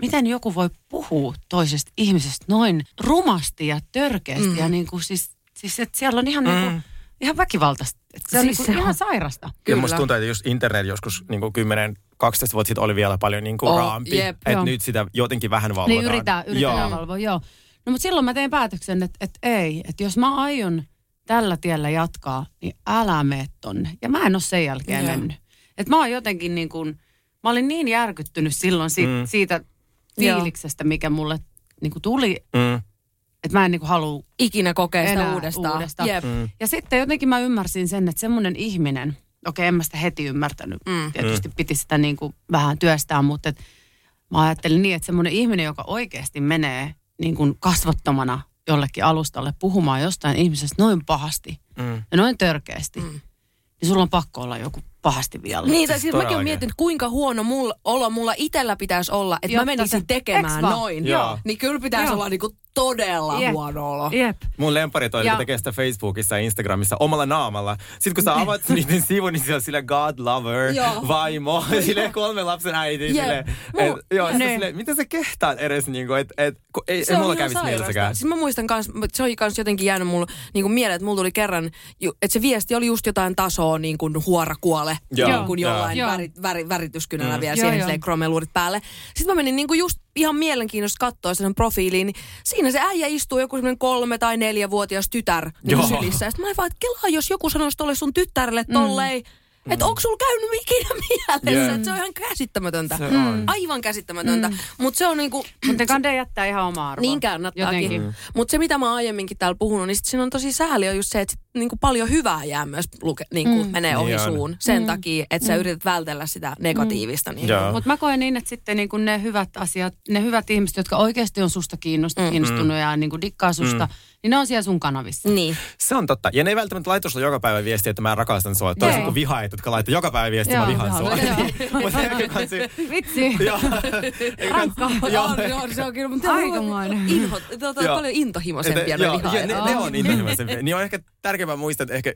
Speaker 6: miten joku voi puhua toisesta ihmisestä noin rumasti ja törkeästi. Mm. Ja niinku, siis, siis että siellä on ihan, mm. niinku, ihan väkivaltaista. Et se on,
Speaker 3: Siis
Speaker 6: niinku,
Speaker 3: se on.
Speaker 6: ihan sairasta.
Speaker 2: Kyllä.
Speaker 3: Kyllä.
Speaker 2: Ja musta tuntuu, että just internet joskus niin 10 12 vuotta sitten oli vielä paljon niin kuin
Speaker 3: Oh,
Speaker 2: oh, raampi.
Speaker 3: jep,
Speaker 6: joo.
Speaker 2: että nyt sitä jotenkin vähän valvotaan.
Speaker 6: Niin yritetään, yritetään
Speaker 2: Joo.
Speaker 6: valvoa, joo. No mutta silloin mä tein päätöksen, että, että ei. Että jos mä aion tällä tiellä jatkaa, niin älä mene tonne. Ja mä en ole sen jälkeen
Speaker 3: Joo.
Speaker 6: mennyt. Että mä oon jotenkin niin kuin, mä olin niin järkyttynyt silloin si- mm. siitä
Speaker 3: Joo.
Speaker 6: fiiliksestä, mikä mulle niin kuin tuli,
Speaker 2: Mm.
Speaker 6: että mä en niin kuin halua
Speaker 3: Ikinä kokee sitä
Speaker 6: Enää
Speaker 3: uudestaan.
Speaker 6: uudestaan.
Speaker 3: Jep.
Speaker 2: Mm.
Speaker 6: ja sitten jotenkin mä ymmärsin sen, että semmoinen ihminen, okei en mä sitä heti ymmärtänyt, mm.
Speaker 3: Mm.
Speaker 6: tietysti piti sitä niin kuin vähän työstää, mutta et mä ajattelin niin, että semmoinen ihminen, joka oikeasti menee niin kuin kasvottomana jollekin alustalle puhumaan jostain ihmisestä noin pahasti
Speaker 2: Mm.
Speaker 6: ja noin törkeästi, mm. niin sulla on pakko olla joku pahasti vielä.
Speaker 3: Niin, tai
Speaker 2: Siis
Speaker 3: siis mäkin
Speaker 2: todellakin.
Speaker 3: olen miettinyt, kuinka huono mulla, olo mulla itellä pitäisi olla, että
Speaker 6: Jotta
Speaker 3: mä menisin
Speaker 6: se-
Speaker 3: tekemään
Speaker 6: Eks vaan?
Speaker 3: noin.
Speaker 2: Joo.
Speaker 3: Niin kyllä pitäisi
Speaker 6: Joo.
Speaker 3: olla niinku todella
Speaker 6: Jep.
Speaker 3: huono olo.
Speaker 6: Jep.
Speaker 2: Mun lempari toi, joka
Speaker 6: Ja-
Speaker 2: tekee sitä Facebookissa ja Instagramissa omalla naamalla. Sitten kun sä avaat niiden sivun, niin siellä on sillä God Lover,
Speaker 3: Joo.
Speaker 2: vaimo, sille kolme lapsen äiti.
Speaker 3: Jep.
Speaker 2: Sille,
Speaker 3: Mu-
Speaker 2: et, joo,
Speaker 6: Niin.
Speaker 2: sille, sille, miten sä kehtaat edes, niin kuin, et, et, kun ei, ei mulla kävisi
Speaker 3: sairasta.
Speaker 2: mielessäkään.
Speaker 3: Siis mä muistan kans, mut se oli kans jotenkin jäänyt mulla niin mieleen, että mulla tuli kerran, ju- että se viesti oli just jotain tasoa niin kuin huora kuole,
Speaker 2: Joo,
Speaker 3: niin kuin
Speaker 2: joo.
Speaker 3: jollain
Speaker 6: Joo.
Speaker 3: väri, väri, värityskynällä mm. vielä
Speaker 6: Joo,
Speaker 3: siihen
Speaker 6: joo.
Speaker 3: silleen kromeluurit päälle. Sitten mä menin niin kuin just ihan mielenkiinnosta katsoa sen profiiliin, niin siinä se äijä istuu joku semmoinen kolme tai neljävuotias tytär niin
Speaker 2: Joo.
Speaker 3: sylissä. Ja sitten mä olin vaan, että kelaa, jos joku sanoisi tolle sun tyttärelle tolleen, mm. että onko sulla käynyt ikinä mielessä,
Speaker 2: Jep.
Speaker 3: että se on ihan käsittämätöntä.
Speaker 2: Se on. Mm.
Speaker 3: Aivan käsittämätöntä. Mutta se on niinku...
Speaker 6: Mutta kande jättää ihan omaa arvoa.
Speaker 3: Niin kannattaakin.
Speaker 2: Mm.
Speaker 6: Jotenkin.
Speaker 3: Mutta se, mitä mä oon aiemminkin täällä puhunut, niin sit siinä on tosi sääli on just se, että sit niinku paljon hyvää jää myös luke, niinku mm. menee ohi
Speaker 2: Niin on.
Speaker 3: suun sen takia, että
Speaker 6: Mm.
Speaker 3: sä yrität vältellä sitä negatiivista. Niin
Speaker 2: Mm. Joo.
Speaker 6: Mutta mä koen niin, että sitten niin kun ne hyvät asiat, ne hyvät ihmiset, jotka oikeasti on susta kiinnost-
Speaker 3: Mm.
Speaker 6: kiinnostunut ja niin kun dikkaa susta, niin ne on siellä sun kanavissa.
Speaker 3: Niin.
Speaker 2: Se on totta. Ja ne ei välttämättä laita sulle joka päivä viestiä, että mä rakastan sua. Toisin
Speaker 6: Joo.
Speaker 2: kuin vihaajat, jotka laittaa joka päivä viestiä, mä
Speaker 6: Joo,
Speaker 2: vihaan sua.
Speaker 6: joo,
Speaker 2: Mutta ehkä kansi-
Speaker 6: Vitsi,
Speaker 2: Joo.
Speaker 6: rankka.
Speaker 3: Joo, joo, se on kyllä, mutta
Speaker 6: Aikamoinen.
Speaker 3: Inho, tuota,
Speaker 2: Joo.
Speaker 3: paljon
Speaker 2: Että-
Speaker 3: intohimoisempia ne
Speaker 2: joo, joo,
Speaker 3: vihaajat.
Speaker 2: ne, ne on intohimoisempia. Niin on ehkä tärkeää muistaa, että ehkä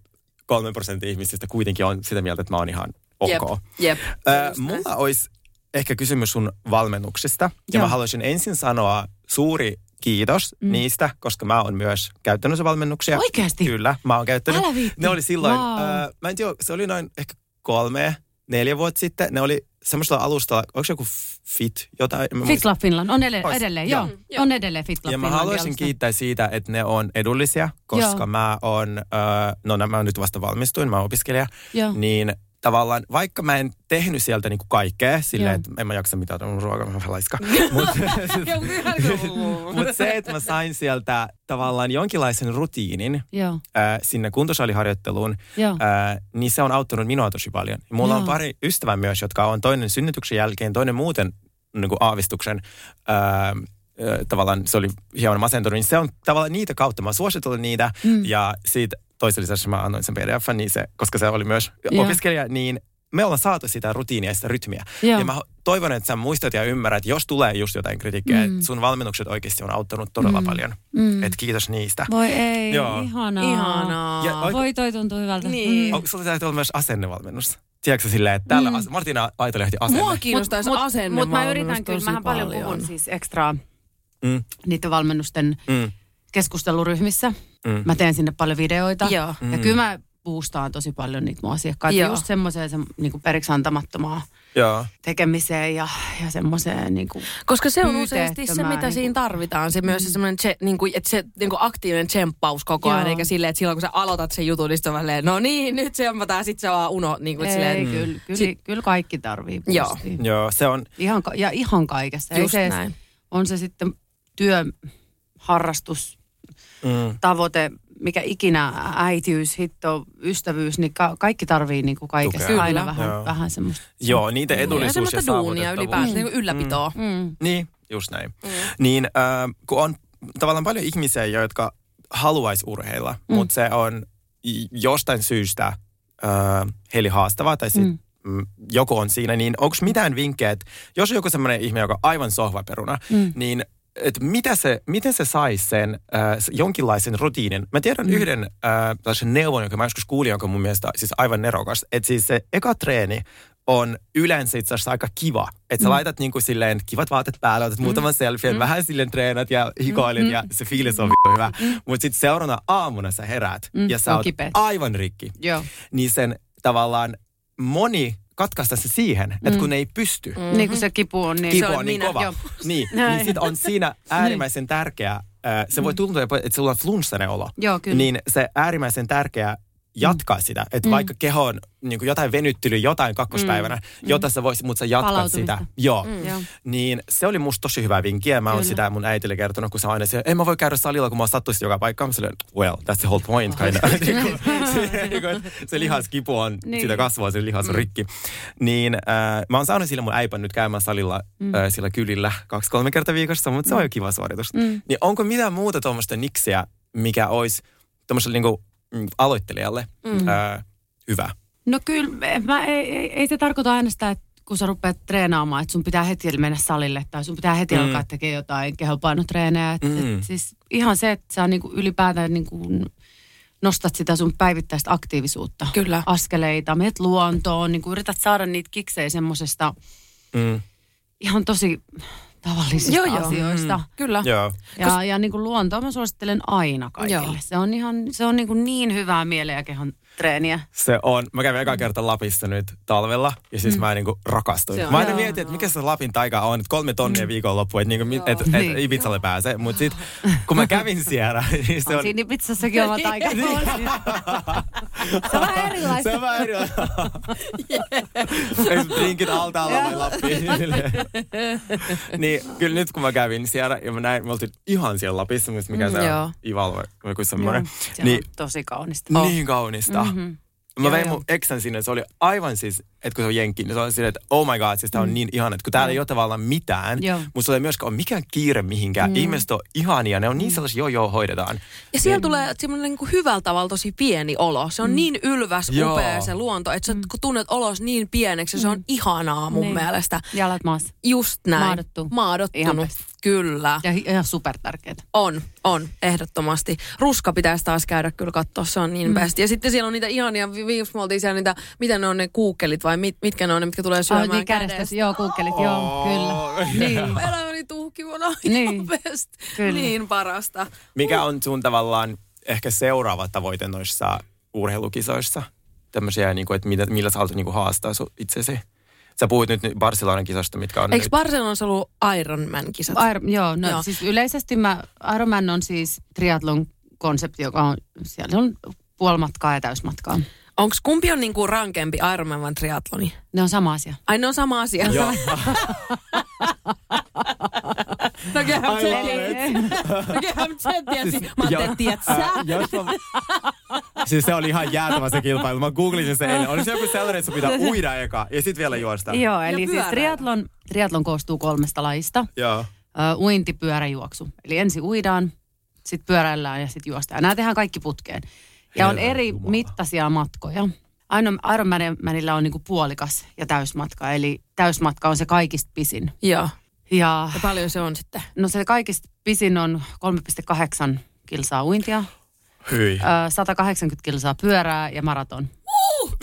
Speaker 2: 93 prosenttia ihmisistä kuitenkin on sitä mieltä, että mä oon ihan ok.
Speaker 3: Jep, jep.
Speaker 2: Äh, mulla olisi ehkä kysymys sun valmennuksista. Joo. Ja
Speaker 6: Joo.
Speaker 2: mä haluaisin ensin sanoa suuri kiitos mm. niistä, koska mä oon myös käyttänyt sen valmennuksia.
Speaker 6: Oikeesti?
Speaker 2: Kyllä, mä oon käyttänyt.
Speaker 6: Älä viitti.
Speaker 2: Ne oli silloin,
Speaker 6: Vau.
Speaker 2: wow. äh, mä en tiedä, se oli noin ehkä kolme, neljä vuotta sitten. Ne oli semmoisella alustalla, onko se joku Fit jotain? Mä muistan.
Speaker 6: FitLab Finland on ele-
Speaker 2: Ois,
Speaker 6: edelleen, joo.
Speaker 2: joo.
Speaker 6: On edelleen FitLab
Speaker 2: Ja mä
Speaker 6: Finland.
Speaker 2: haluaisin kiittää siitä, että ne on edullisia, koska
Speaker 6: Joo.
Speaker 2: mä oon, äh, no nä- mä oon nyt vasta valmistuin, mä oon opiskelija,
Speaker 6: Joo.
Speaker 2: niin tavallaan, vaikka mä en tehnyt sieltä niinku kaikkea, silleen,
Speaker 6: Joo.
Speaker 2: että en mä jaksa mitään, mun ruoka on vähän laiska. Mutta mut se, että mä sain sieltä tavallaan jonkinlaisen rutiinin
Speaker 6: Joo,
Speaker 2: ää, sinne kuntosaliharjoitteluun,
Speaker 6: joo.
Speaker 2: ää, niin se on auttanut minua tosi paljon. Mulla on
Speaker 6: Joo.
Speaker 2: pari ystävää myös, jotka on toinen synnytyksen jälkeen, toinen muuten niin kuin aavistuksen ää, ää, tavallaan se oli hieman masentunut, niin se on tavallaan niitä kautta. Mä suosittelen niitä mm. ja siitä toisen lisäksi mä annoin sen pdf, niin se, koska se oli myös
Speaker 6: Joo.
Speaker 2: opiskelija, niin me ollaan saatu sitä rutiinia ja sitä rytmiä.
Speaker 6: Joo.
Speaker 2: Ja mä toivon, että sä muistat ja ymmärrät, jos tulee just jotain kritiikkiä, mm. että sun valmennukset oikeasti on auttanut todella mm. paljon. Mm. Et kiitos niistä.
Speaker 6: Voi ei,
Speaker 2: Joo.
Speaker 6: ihanaa.
Speaker 3: Ihanaa.
Speaker 2: Ja oik-
Speaker 6: Voi toi tuntuu hyvältä. Mm.
Speaker 3: Niin.
Speaker 2: Onko sulla täytyy olla myös asennevalmennus? Tiedätkö silleen, että tällä mm. Martina Aitolehti asenne.
Speaker 3: Mua kiinnostaisi asenne.
Speaker 6: Mutta mä yritän kyllä, mähän paljon puhun siis ekstraa
Speaker 2: Mm.
Speaker 6: niiden valmennusten
Speaker 2: Mm.
Speaker 6: keskusteluryhmissä.
Speaker 2: Mm.
Speaker 6: Mä teen sinne paljon videoita.
Speaker 3: Joo.
Speaker 6: Ja kyllä mä boostaan tosi paljon niitä mun asiakkaita.
Speaker 3: Joo.
Speaker 6: Joo. Just semmoiseen se, niin periksi antamattomaan
Speaker 2: Joo.
Speaker 6: tekemiseen ja, ja semmoiseen niin kuin,
Speaker 3: Koska se on
Speaker 6: pyyteettömään
Speaker 3: useasti se, mitä
Speaker 6: niinku-
Speaker 3: siinä tarvitaan. Se myös se semmoinen, tse, niinku, että se niinku aktiivinen tsemppaus koko ajan,
Speaker 6: Joo.
Speaker 3: eikä silleen, että silloin kun sä aloitat sen jutun, niin sit on vähän silleen, no niin, nyt se on, tää sit sä vaan uno. Niinku, et silleen,
Speaker 6: ei, kyllä, kyllä,
Speaker 3: Sit-
Speaker 6: kyllä kaikki tarvii
Speaker 3: Joo.
Speaker 6: boostia.
Speaker 2: Joo, se on,
Speaker 6: Ihan, ka- ja ihan kaikessa. Ei
Speaker 3: Just
Speaker 6: se,
Speaker 3: näin.
Speaker 6: On se sitten työ, harrastus,
Speaker 2: mm,
Speaker 6: tavoite, mikä ikinä, äitiys, hitto, ystävyys, niin ka- kaikki tarvii niin kuin kaikessa
Speaker 2: Tukea.
Speaker 6: aina
Speaker 3: Kyllä.
Speaker 6: vähän,
Speaker 2: Joo.
Speaker 6: vähän semmoista.
Speaker 2: joo, niitä
Speaker 3: Ihan
Speaker 2: edullisuus ja
Speaker 3: Niin, semmoista duunia ylipäätään,
Speaker 2: saavutettavuus.
Speaker 3: niinku ylläpitoa. Mm.
Speaker 6: Mm.
Speaker 2: Niin, just näin. Mm. Niin, äh, kun on tavallaan paljon ihmisiä, jotka haluaisi urheilla, mm. mutta se on j- jostain syystä äh, heille haastavaa, tai sitten mm. joku on siinä, niin onko mitään vinkkejä, että jos on joku semmoinen ihminen, joka on aivan sohvaperuna, mm. niin että mitä se, miten se saisi sen äh, s- jonkinlaisen rutiinin? Mä tiedän mm. yhden äh, tällaisen neuvon, jonka mä joskus kuulin, jonka mun mielestä siis aivan nerokas. Että siis se eka treeni on yleensä itse asiassa aika kiva. Että sä mm. laitat niin kuin silleen kivat vaatet päälle, otat mm. muutaman selfien, mm. vähän silleen treenat ja hikoilet mm. ja se fiilis on vi- hyvä. Mm. Mutta sitten seuraavana aamuna sä heräät mm.
Speaker 6: Mm,
Speaker 2: ja sä
Speaker 6: on
Speaker 2: oot
Speaker 6: kipeä.
Speaker 2: aivan rikki
Speaker 6: Joo.
Speaker 2: niin sen tavallaan moni katkaista se siihen, että kun ei pysty. Mm.
Speaker 6: Niin
Speaker 3: Mm-hmm.
Speaker 6: kuin se kipu on, niin
Speaker 2: Kipu
Speaker 6: se
Speaker 2: on,
Speaker 6: on
Speaker 2: niin
Speaker 6: minä.
Speaker 2: kova.
Speaker 6: Joo.
Speaker 2: Niin, niin sit on siinä äärimmäisen tärkeää, äh, se voi tuntua jopa, että sulla on flunssainen olo.
Speaker 6: Joo, Mm. kyllä. Mm.
Speaker 2: Niin se äärimmäisen tärkeää jatkaa sitä, että vaikka keho on niin kuin jotain venyttelyä, jotain kakkospäivänä, jota sä voisit, mutta sä jatkat sitä.
Speaker 6: Mm. Palautumista. Mm.
Speaker 2: Joo.
Speaker 6: Joo.
Speaker 2: Niin se oli musta tosi hyvä vinkki ja mä oon
Speaker 6: Kyllä.
Speaker 2: sitä mun äitille kertonut, kun se aina se, en mä voi käydä salilla, kun mä sattuisin joka paikkaan. Mä silleen, well, that's the whole point kind of. se, niinku, et se lihaskipu on, niin.
Speaker 6: Niin.
Speaker 2: sitä kasvaa, se lihas on rikki. Niin äh, mä oon saanut sillä mun äipän nyt käymään salilla mm. äh, sillä kylillä kaksi-kolme kertaa viikossa, mutta se on jo kiva suoritus. Mm. Niin onko mitään muuta tuommoista niksiä, mikä olisi tuommoiselle niinku, mm, aloittelijalle mm. äh, hyvä?
Speaker 6: No kyllä, eh, mä, ei, ei, ei se tarkoita aina sitä, että kun sä rupeat treenaamaan, että sun pitää heti mennä salille tai sun pitää heti
Speaker 2: Mm.
Speaker 6: mm. alkaa tekemään jotain kehopainotreenejä. Et,
Speaker 2: Mm.
Speaker 6: et, siis ihan se, että sä niinku ylipäätään niinku nostat sitä sun päivittäistä aktiivisuutta.
Speaker 3: Kyllä.
Speaker 6: Askeleita, meet luontoon, niinku yrität saada niitä kiksejä semmoisesta
Speaker 2: Mm.
Speaker 6: ihan tosi tavallisista
Speaker 3: Joo,
Speaker 6: joo,
Speaker 3: joo.
Speaker 2: Mm.
Speaker 6: asioista.
Speaker 3: Kyllä.
Speaker 2: Joo.
Speaker 6: Ja, ja niin kuin luontoa mä suosittelen aina kaikille.
Speaker 3: Joo.
Speaker 6: Joo. Se on, ihan, se on niin, kuin niin hyvää mielen ja kehon treeniä.
Speaker 2: Se on. Mä kävin
Speaker 6: Mm.
Speaker 2: eka kerta Lapissa nyt talvella ja siis mm. mä niinku rakastuin.
Speaker 3: Se on.
Speaker 2: Mä aina
Speaker 3: Joo,
Speaker 2: mietin, että mikä se Lapin taika on, että kolme tonnia viikonloppu, että niinku, et, et,
Speaker 6: Mm. Niin.
Speaker 2: et Ibizalle pääsee. Mutta sitten kun mä kävin siellä, niin se
Speaker 6: Se on...
Speaker 2: on...
Speaker 6: Siinä pizzassakin omat aika.
Speaker 2: Niin.
Speaker 6: se on vähän
Speaker 2: Se
Speaker 6: erilaista.
Speaker 2: on vähän erilaista. Drinkit altaalla vai Lappiin. niin, kyllä nyt kun mä kävin siellä ja mä näin, me oltiin ihan siellä Lapissa, mutta mikä se
Speaker 3: joo.
Speaker 2: on, Ival vai joku
Speaker 6: Mm, Joo,
Speaker 2: semmoinen.
Speaker 6: se on
Speaker 2: Niin,
Speaker 6: tosi kaunista. Oh,
Speaker 2: Niin kaunista. Mm-hmm. Mä vein mun eksän sinne, se oli aivan siis, että kun se on jenkki, niin se oli silleen, että oh my god, siis tää on niin ihana, että kun täällä ei ole tavallaan mitään,
Speaker 6: Joo.
Speaker 2: mutta sulla ei myöskään ole mikään kiire mihinkään. Mm. Ihmiset on ihania, ne on niin sellaisia, joo joo, hoidetaan.
Speaker 3: Ja siellä tulee semmoinen niin hyvällä tavalla tosi pieni olo. Se on mm. niin ylväs,
Speaker 2: Joo.
Speaker 3: upea se luonto, että sä kun tunnet olos niin pieneksi, se on ihanaa mun niin.
Speaker 6: Niin.
Speaker 3: mielestä.
Speaker 6: Jalat maassa.
Speaker 3: Just näin.
Speaker 6: Maadottu. Ihan
Speaker 3: Maadottunut.
Speaker 6: best.
Speaker 3: Kyllä.
Speaker 6: Ja hi- ihan supertärkeää.
Speaker 3: On, on, ehdottomasti. Ruska pitäisi taas käydä kyllä katsoa, se on niin mm. best. Ja sitten siellä on niitä ihania, vi- viimeksi me oltiin siellä niitä, mitä ne on ne kuukkelit vai mit, mitkä ne on ne, mitkä tulee syömään
Speaker 6: Oh, niin kädestä. Joo, kuukkelit. Joo, kyllä. Niin.
Speaker 3: Elämäni tuhkivona,
Speaker 6: Niin.
Speaker 3: niin. best.
Speaker 6: Kyllä.
Speaker 3: Niin parasta.
Speaker 2: Mikä on sun tavallaan ehkä seuraava tavoite noissa urheilukisoissa? Tämmöisiä, niin kuin, että mitä, millä sä haluat niin kuin, haastaa sun itsesi? Sä puhuit nyt Barcelonan kisosta, mitkä on
Speaker 3: Eikö
Speaker 2: nyt.
Speaker 3: Barcelonassa ollut Ironman-kisat?
Speaker 6: Air, joo, no
Speaker 3: Joo.
Speaker 6: joo. siis yleisesti mä, Ironman on siis triathlon konsepti, joka on, siellä on puolimatkaa ja täysmatkaa.
Speaker 3: Onko kumpi on niinku rankempi Ironman vai triatloni?
Speaker 6: Ne on sama asia.
Speaker 3: Ai ne on sama asia.
Speaker 2: Joo.
Speaker 3: No kehän se
Speaker 2: Aivan,
Speaker 3: tiesi. No kehän se tiesi. Mä
Speaker 2: Joo.
Speaker 3: ajattelin, että tiedät sä.
Speaker 2: Siis Ää, jos mä... Siis se oli ihan jäätävä se kilpailu. Mä googlisin sen eilen. Oli se joku sellainen, että sun pitää uida eka ja sitten vielä juosta.
Speaker 6: Joo, eli siis
Speaker 3: pyöräily.
Speaker 6: triatlon, triatlon koostuu kolmesta lajista.
Speaker 2: Joo.
Speaker 6: Ö, uinti, pyörä, juoksu. Eli ensin uidaan, sitten pyöräillään ja sitten juostaan. Nämä tehdään kaikki putkeen. Ja on
Speaker 2: Herran
Speaker 6: eri
Speaker 2: jumala.
Speaker 6: mittaisia matkoja. Aina Ironmanilla on niinku puolikas ja täysmatka, eli täysmatka on se kaikista pisin.
Speaker 3: Joo.
Speaker 6: Ja
Speaker 3: Ja paljon se on sitten.
Speaker 6: no se kaikista pisin on 3,8 kilsaa uintia,
Speaker 2: Hyi.
Speaker 6: ö, 180 kilsaa pyörää ja maraton.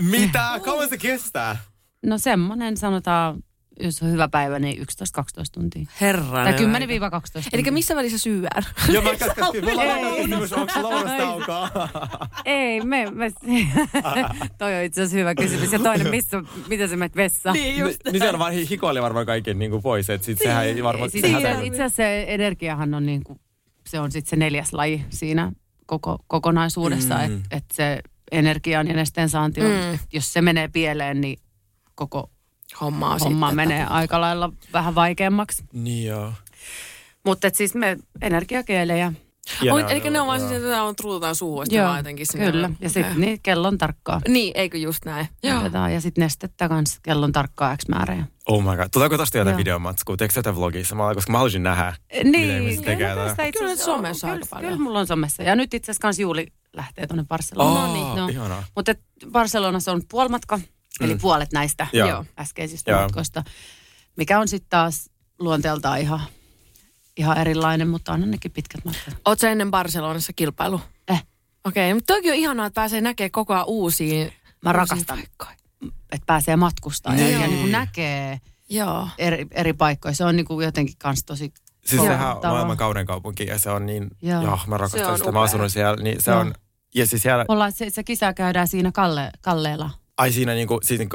Speaker 2: Mitä? Kauan se kestää?
Speaker 6: No semmoinen sanotaan, jos on hyvä päivä, niin 11-12 tuntia.
Speaker 3: Herra.
Speaker 6: Tai 10-12 tuntia.
Speaker 3: Eli missä välissä syyään?
Speaker 2: Joo, mä käskäsin. Mulla on kysymys, onko lounastaukoa?
Speaker 5: Ei, me, me toi on itse asiassa hyvä kysymys. Ja toinen, missä, miten sä menet vessaan?
Speaker 3: niin
Speaker 2: Niin se on vaan hi- hikoili varmaan kaiken niin kuin pois, että sit sehän ei varmaan...
Speaker 6: Siis
Speaker 2: sehän
Speaker 6: itse,
Speaker 2: täytyy-
Speaker 6: itse asiassa se energiahan on niin kuin, se on sitten se neljäs laji siinä koko, kokonaisuudessa, mm. että et se energian ja nesteen saanti on,
Speaker 3: Mm.
Speaker 6: mm. jos se menee pieleen, niin koko
Speaker 3: Homma on
Speaker 6: homma
Speaker 3: sitten.
Speaker 6: menee aika lailla vähän vaikeammaksi.
Speaker 2: Niin joo.
Speaker 6: Mutta siis me energiakeelejä,
Speaker 2: Ja
Speaker 3: Oi,
Speaker 2: nää-
Speaker 3: eli ne on vaan
Speaker 2: joo.
Speaker 3: siis, että tää on truutaan suuhun sitten vaan jotenkin sinne.
Speaker 6: kyllä. Ja sitten niin, kellon tarkkaa.
Speaker 3: Niin, eikö just näin?
Speaker 6: Otetaan. Ja sitten nestettä kanssa kellon tarkkaa X määrää.
Speaker 2: Oh my god. Tuleeko tosta jotain
Speaker 6: Joo.
Speaker 2: videomatskua? Teekö tätä vlogissa? Mä, koska mä haluaisin nähdä. Miten ihmiset tekee
Speaker 6: Niin. kyllä,
Speaker 2: tää?
Speaker 6: tästä itse
Speaker 3: Kyllä
Speaker 6: asiassa on.
Speaker 3: somessa aika
Speaker 6: Kyllä-
Speaker 3: paljon.
Speaker 6: Kyllä mulla on somessa. Ja nyt itse asiassa kans Juuli lähtee tuonne Barcelonaan.
Speaker 3: No
Speaker 2: Aa,
Speaker 6: niin,
Speaker 2: ihanaa.
Speaker 6: Mutta et Barcelonassa on puolimatka, eli puolet näistä
Speaker 2: Mm. Joo.
Speaker 6: Joo. äskeisistä
Speaker 2: Joo.
Speaker 6: matkoista, mikä on sitten taas luonteeltaan ihan, ihan erilainen, mutta on nekin pitkät matkat.
Speaker 3: Oot sä ennen Barcelonassa kilpailu?
Speaker 6: Eh,
Speaker 3: Okei, okay, mutta toki on ihanaa, että pääsee näkemään koko ajan uusia.
Speaker 6: mä rakastan, että pääsee matkustamaan ja, ja niin kuin näkee
Speaker 3: Joo.
Speaker 6: eri, eri paikkoja. Se on niin kuin jotenkin kans tosi
Speaker 2: Siis
Speaker 6: Joo.
Speaker 2: sehän on
Speaker 6: Tavaa.
Speaker 2: maailman kaunein kaupunki ja se on niin,
Speaker 6: Joo.
Speaker 2: joo, mä
Speaker 3: Se
Speaker 2: rakastan
Speaker 3: on
Speaker 2: sitä, mä
Speaker 3: upea.
Speaker 2: asunut siellä, niin se
Speaker 6: Joo.
Speaker 2: on, ja siis siellä,
Speaker 6: Ollaan, se, se kisa käydään siinä Kalle, Kalleella.
Speaker 2: ai siinä niinku, siinä,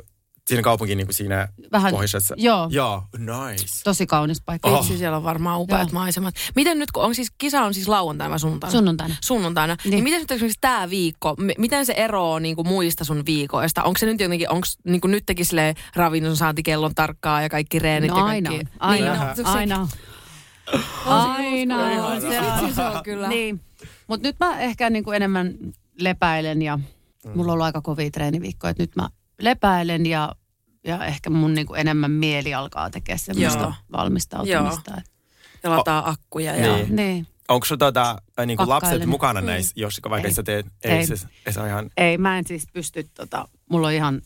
Speaker 2: siinä kaupunki niinku siinä
Speaker 6: Vähän,
Speaker 2: pohjoisessa.
Speaker 6: joo,
Speaker 2: Joo, nice.
Speaker 6: tosi kaunis paikka.
Speaker 2: Oho.
Speaker 6: Oh.
Speaker 3: Vitsi, siellä on varmaan upeat
Speaker 6: Joo.
Speaker 3: maisemat. Miten nyt, kun on siis, kisa on siis lauantaina vai sunnuntaina?
Speaker 6: Sunnuntaina.
Speaker 3: sunnuntaina. Niin. niin miten nyt esimerkiksi tämä viikko, m- miten se eroo niinku muista sun viikoista? Onko se nyt jotenkin, onko niinku nytkin sille ravinnon saanti kellon tarkkaa ja kaikki reenit ja
Speaker 6: No aina
Speaker 3: kaikki?
Speaker 6: on.
Speaker 3: Niin,
Speaker 6: Aina
Speaker 3: no,
Speaker 6: on.
Speaker 3: se- se-
Speaker 6: Aina on. Aina on.
Speaker 3: Se, vitsi se on kyllä.
Speaker 6: Niin. Mutta nyt mä ehkä niinku enemmän lepäilen ja mulla on ollut aika kovia treeniviikkoja. Et nyt mä lepäilen ja, ja ehkä mun niinku enemmän mieli alkaa tekemään
Speaker 3: Joo.
Speaker 6: semmoista valmistautumista. Et-
Speaker 3: Ja lataa akkuja ja...
Speaker 2: Niin.
Speaker 6: Niin.
Speaker 2: Onko sulla tota, ä, niinku lapset
Speaker 6: Kakkailen.
Speaker 2: mukana näissä, jos vaikka
Speaker 6: Ei.
Speaker 2: sä teet, ei,
Speaker 6: Ei.
Speaker 2: Se, se on ihan,
Speaker 6: Ei, mä en siis pysty tota, mulla on ihan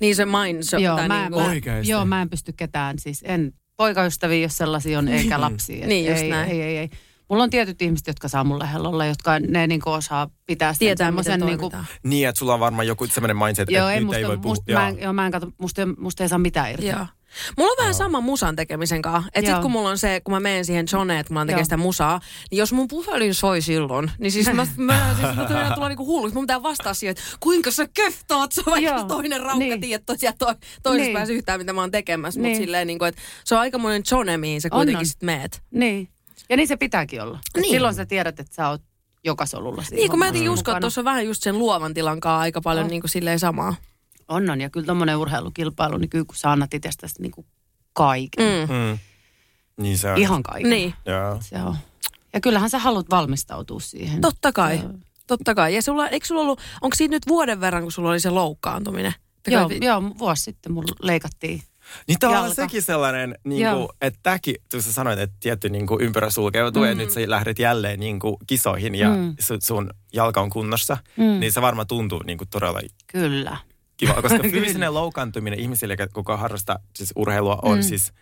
Speaker 3: Niin se mindset.
Speaker 6: Joo,
Speaker 3: tai
Speaker 6: mä,
Speaker 3: niinku,
Speaker 6: mä,
Speaker 2: Oikeesti?
Speaker 6: joo, mä en pysty ketään. Siis en poikaystäviä, jos sellaisia on, eikä
Speaker 2: Mm-hmm.
Speaker 6: lapsia. Et
Speaker 3: Niin, just
Speaker 6: ei,
Speaker 3: näin.
Speaker 6: Ei, ei, ei. Mulla on tietyt ihmiset, jotka saa mun lähellä olla, jotka ne niinku osaa pitää sen
Speaker 3: tietää,
Speaker 6: semmosen
Speaker 3: miten
Speaker 6: niinku,
Speaker 3: toimitaan.
Speaker 2: niin että sulla on varmaan joku semmoinen mindset,
Speaker 6: Joo,
Speaker 2: että
Speaker 6: ei,
Speaker 2: nyt
Speaker 6: musta,
Speaker 2: ei voi puhua.
Speaker 6: musta, mä en, joo, mä en kato, musta, musta ei saa mitään irti.
Speaker 3: Joo. Mulla on vähän sama musan tekemisen kanssa. Et sit
Speaker 6: Joo.
Speaker 3: kun mulla on se, kun mä menen siihen Johneen, että mä oon tekemään
Speaker 6: Joo.
Speaker 3: sitä musaa, niin jos mun puhelin soi silloin, niin siis mä, mä, siis mä tulen tulla niinku hulluksi. Mun pitää vastaa siihen, että kuinka sä keftaat sä vaikka
Speaker 6: Joo.
Speaker 3: toinen raukka, niin.
Speaker 6: Niin.
Speaker 3: tiedät tosiaan to, toisessa
Speaker 6: Niin.
Speaker 3: päässä yhtään, mitä mä oon tekemässä. Niin.
Speaker 6: Niin.
Speaker 3: Mutta silleen, niinku, että se on aikamoinen Johne, mihin sä
Speaker 6: On,
Speaker 3: kuitenkin
Speaker 6: on.
Speaker 3: sit meet.
Speaker 6: Niin. Ja niin se pitääkin olla. Et
Speaker 3: Niin.
Speaker 6: Silloin sä tiedät, että sä oot joka solulla siinä
Speaker 3: Niin, kun mä jotenkin
Speaker 6: hommassa
Speaker 3: uskon, että
Speaker 6: mukana.
Speaker 3: tuossa on vähän just sen luovan tilan kanssa aika paljon niinku silleen samaa.
Speaker 6: On, on. Ja kyllä tommonen urheilukilpailu, niin kyllä kun sä annat itsestäsi niinku kaiken. Mm.
Speaker 2: Mm. Niin se on.
Speaker 6: Ihan kaiken.
Speaker 3: Niin,
Speaker 2: Joo.
Speaker 6: Se on. Ja kyllähän sä haluat valmistautua siihen.
Speaker 3: totta kai.
Speaker 6: Joo.
Speaker 3: Totta kai. Ja sulla, eikö sulla ollut, onko siitä nyt vuoden verran, kun sulla oli se loukkaantuminen?
Speaker 6: Joo, joo, vuosi sitten mulla leikattiin.
Speaker 2: Niin tavallaan
Speaker 6: Jalka.
Speaker 2: sekin sellainen, niin kuin,
Speaker 6: Joo.
Speaker 2: että tämäkin, kun sä sanoit, että tietty niin kuin, ympyrä sulkeutuu mm. ja nyt sä lähdet jälleen niin kuin, kisoihin ja mm.
Speaker 6: Mm.
Speaker 2: sun, sun jalka on kunnossa, mm. niin se varmaan tuntuu niin kuin, todella
Speaker 6: Kyllä.
Speaker 2: kiva, koska fyysinen loukaantuminen ihmisille, jotka kuka harrastaa siis urheilua, on mm. siis,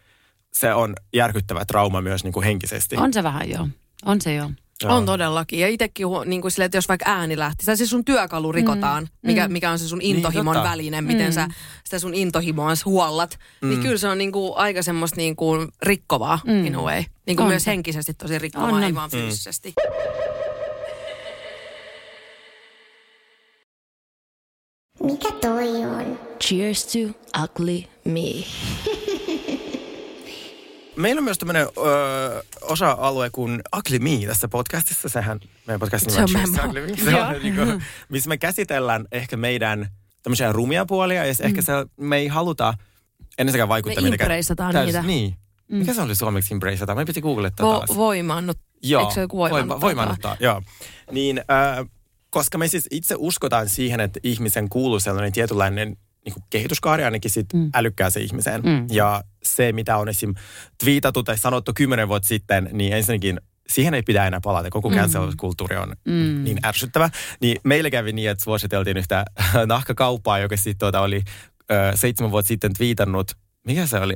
Speaker 2: se on järkyttävä trauma myös niin kuin henkisesti.
Speaker 6: On se vähän joo. On se joo.
Speaker 2: Joo.
Speaker 3: On todellakin. Ja itsekin huo, niin kuin sille, että jos vaikka ääni lähti, tai siis sun työkalu rikotaan, mm. mikä, mikä on se sun intohimon
Speaker 2: totta.
Speaker 3: niin, väline, miten mm. sä sitä sun intohimoa huollat, mm. niin kyllä se on niin kuin aika semmoista niin kuin rikkovaa mm. in a way. Niin kuin
Speaker 6: On
Speaker 3: myös
Speaker 6: se.
Speaker 3: henkisesti tosi rikkovaa,
Speaker 6: On,
Speaker 3: ei
Speaker 6: on.
Speaker 3: vaan
Speaker 2: Mm.
Speaker 3: fyysisesti.
Speaker 4: Mikä toi on?
Speaker 7: Cheers to ugly me.
Speaker 2: Meillä on myös tämmöinen öö, osa-alue kuin Ugly Me tässä podcastissa. Sehän meidän podcastin
Speaker 3: Se on
Speaker 2: nimi
Speaker 3: meidän
Speaker 2: Ugly Me. Se on niin kuin, missä me käsitellään ehkä meidän tämmöisiä rumia puolia ja mm. ehkä se, me ei haluta ennestäkään
Speaker 3: Me
Speaker 2: vaikuttaa
Speaker 3: impreissataan
Speaker 2: Täys-
Speaker 3: niitä.
Speaker 2: Niin. Mm. Mikä se oli suomeksi impreisata? Me piti googlettaa
Speaker 3: Vo,
Speaker 2: taas.
Speaker 3: voimaannut. Eikö se joku tota? voimaannuttaa?
Speaker 2: voimaannuttaa, joo. Niin, äh, koska me siis itse uskotaan siihen, että ihmisen kuuluu sellainen tietynlainen niin kuin kehityskaari ainakin sit mm. älykkääseen ihmiseen. Mm. Ja se, mitä on esim. twiitattu tai sanottu kymmenen vuotta sitten, niin ensinnäkin siihen ei pidä enää palata. Koko
Speaker 3: Mm.
Speaker 2: cancel-kulttuuri on mm. niin ärsyttävä. Niin meillä kävi niin, että suositeltiin yhtä nahkakauppaa, joka sitten tuota oli ö, seitsemän vuotta sitten twiitannut. Mikä se oli?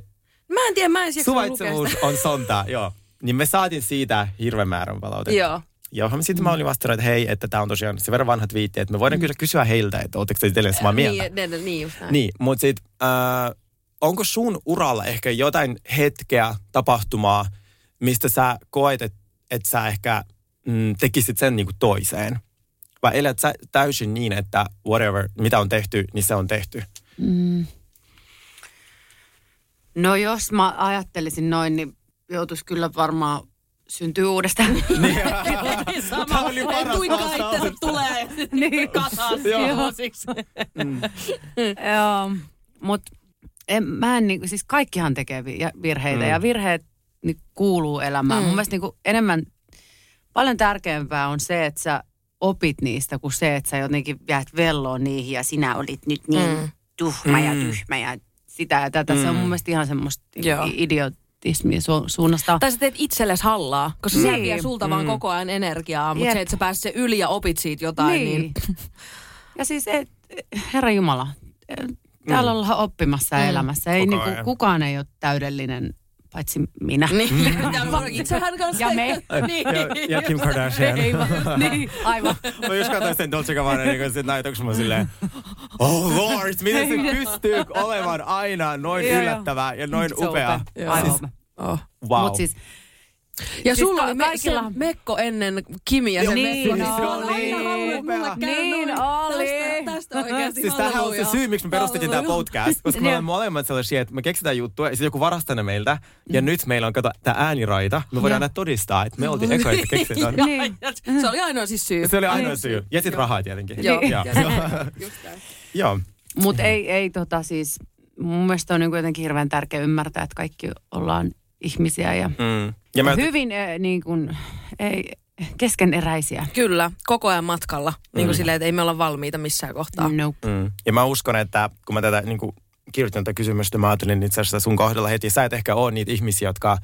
Speaker 3: Mä en tiedä, mä en sieltä lukea sitä.
Speaker 2: Suvaitsevuus on sontaa, joo. Niin me saatiin siitä hirveän määrän palautetta.
Speaker 3: Joo.
Speaker 2: Ja
Speaker 3: Mm.
Speaker 2: sitten mä olin vastannut, että hei, että tämä on tosiaan sen verran vanha twiitti, että me voidaan kyllä kysyä heiltä, että oletteko te itselleen samaa mieltä.
Speaker 3: Niin, ne, ne, niin just näin.
Speaker 2: Niin, mutta sitten äh, onko sun uralla ehkä jotain hetkeä, tapahtumaa, mistä sä koet, että et sä ehkä mm, tekisit sen niinku toiseen? Vai elät sä täysin niin, että whatever, mitä on tehty, niin se on tehty?
Speaker 6: No jos mä ajattelisin noin, niin joutuisi kyllä varmaan syntyy uudestaan.
Speaker 2: Tämä Niin. oli paras vastaus.
Speaker 3: tulee
Speaker 5: niin.
Speaker 3: kasaan
Speaker 2: Joo.
Speaker 3: vuosiksi.
Speaker 6: Mm.
Speaker 5: Joo.
Speaker 6: Mutta en, mä en, niinku, siis kaikkihan tekee vi- ja virheitä mm. ja virheet niin kuuluu elämään. Mm. Mun mielestä niinku, enemmän, paljon tärkeämpää on se, että sä opit niistä, kuin se, että sä jotenkin jäät velloon niihin ja sinä olit nyt niin mm. tuhma ja tyhmä ja sitä ja tätä. Mm. Se on mun mielestä ihan semmoista
Speaker 3: Joo.
Speaker 6: i- idiotismia su- suunnasta.
Speaker 3: Tai sä teet itsellesi hallaa, koska niin. se
Speaker 6: Niin.
Speaker 3: vie sulta mm. vaan koko ajan energiaa, mutta
Speaker 6: Jep.
Speaker 3: se, että sä pääset sen yli ja opit siitä jotain, niin, niin
Speaker 6: Ja siis, et, herra Jumala, täällä ollaan oppimassa mm. elämässä. Ei,
Speaker 2: Koko
Speaker 6: niinku,
Speaker 2: ajan.
Speaker 6: kukaan ei ole täydellinen, paitsi minä.
Speaker 3: Niin, ja Itsehän kanssa.
Speaker 6: Ja me.
Speaker 3: Niin.
Speaker 2: Äh, Ja, ja Kim Kardashian.
Speaker 6: Ei vaan- niin, aivan.
Speaker 2: Mä just katsoin sen Dolce Gabbana, niin kun sit näitä, onks mä silleen, oh lord, miten se pystyy olemaan aina noin
Speaker 6: Joo, joo.
Speaker 2: yllättävää ja noin
Speaker 6: Se on
Speaker 2: upea.
Speaker 6: upea. Aivan.
Speaker 2: Siis,
Speaker 3: Oh.
Speaker 2: wow.
Speaker 6: Mut siis,
Speaker 3: Ja
Speaker 6: Siis
Speaker 3: sulla
Speaker 6: ka-
Speaker 3: oli me,
Speaker 6: kaikilla-
Speaker 3: se mekko ennen Kimiä. se
Speaker 6: Niin,
Speaker 3: mekko,
Speaker 6: no,
Speaker 3: se on
Speaker 6: niin.
Speaker 3: aina halunnut mulle käydä
Speaker 5: Niin
Speaker 3: noin.
Speaker 5: oli.
Speaker 3: Tästä, tästä oikeasti.
Speaker 2: Siis tämähän on se syy, miksi me perustettiin tämä podcast, koska me olemme molemmat sellaisia, että me keksitään juttuja ja sitten joku varastaa ne meiltä.
Speaker 6: Mm.
Speaker 2: Ja nyt meillä on kato, tämä ääniraita. Me voidaan aina todistaa, että me oltiin ekoja, että keksitään.
Speaker 3: Niin. Se oli ainoa siis syy.
Speaker 2: Se oli ainoa syy. Ja sitten rahaa tietenkin.
Speaker 3: Joo.
Speaker 2: Joo. Joo.
Speaker 6: Mutta ei, ei tota siis, mun mielestä on niinku jotenkin hirveän tärkeä ymmärtää, että kaikki ollaan ihmisiä ja
Speaker 2: Mm. Ja mä
Speaker 6: hyvin eh, niin kuin, ei, keskeneräisiä.
Speaker 3: Kyllä, koko ajan matkalla. Niin kuin silleen, että ei me olla valmiita missään kohtaa.
Speaker 6: Nope.
Speaker 2: Mm. Ja mä uskon, että kun mä tätä niin kuin kirjoitin tätä kysymystä, mä ajattelin itse asiassa sun kohdalla heti, sä et ehkä ole niitä ihmisiä, jotka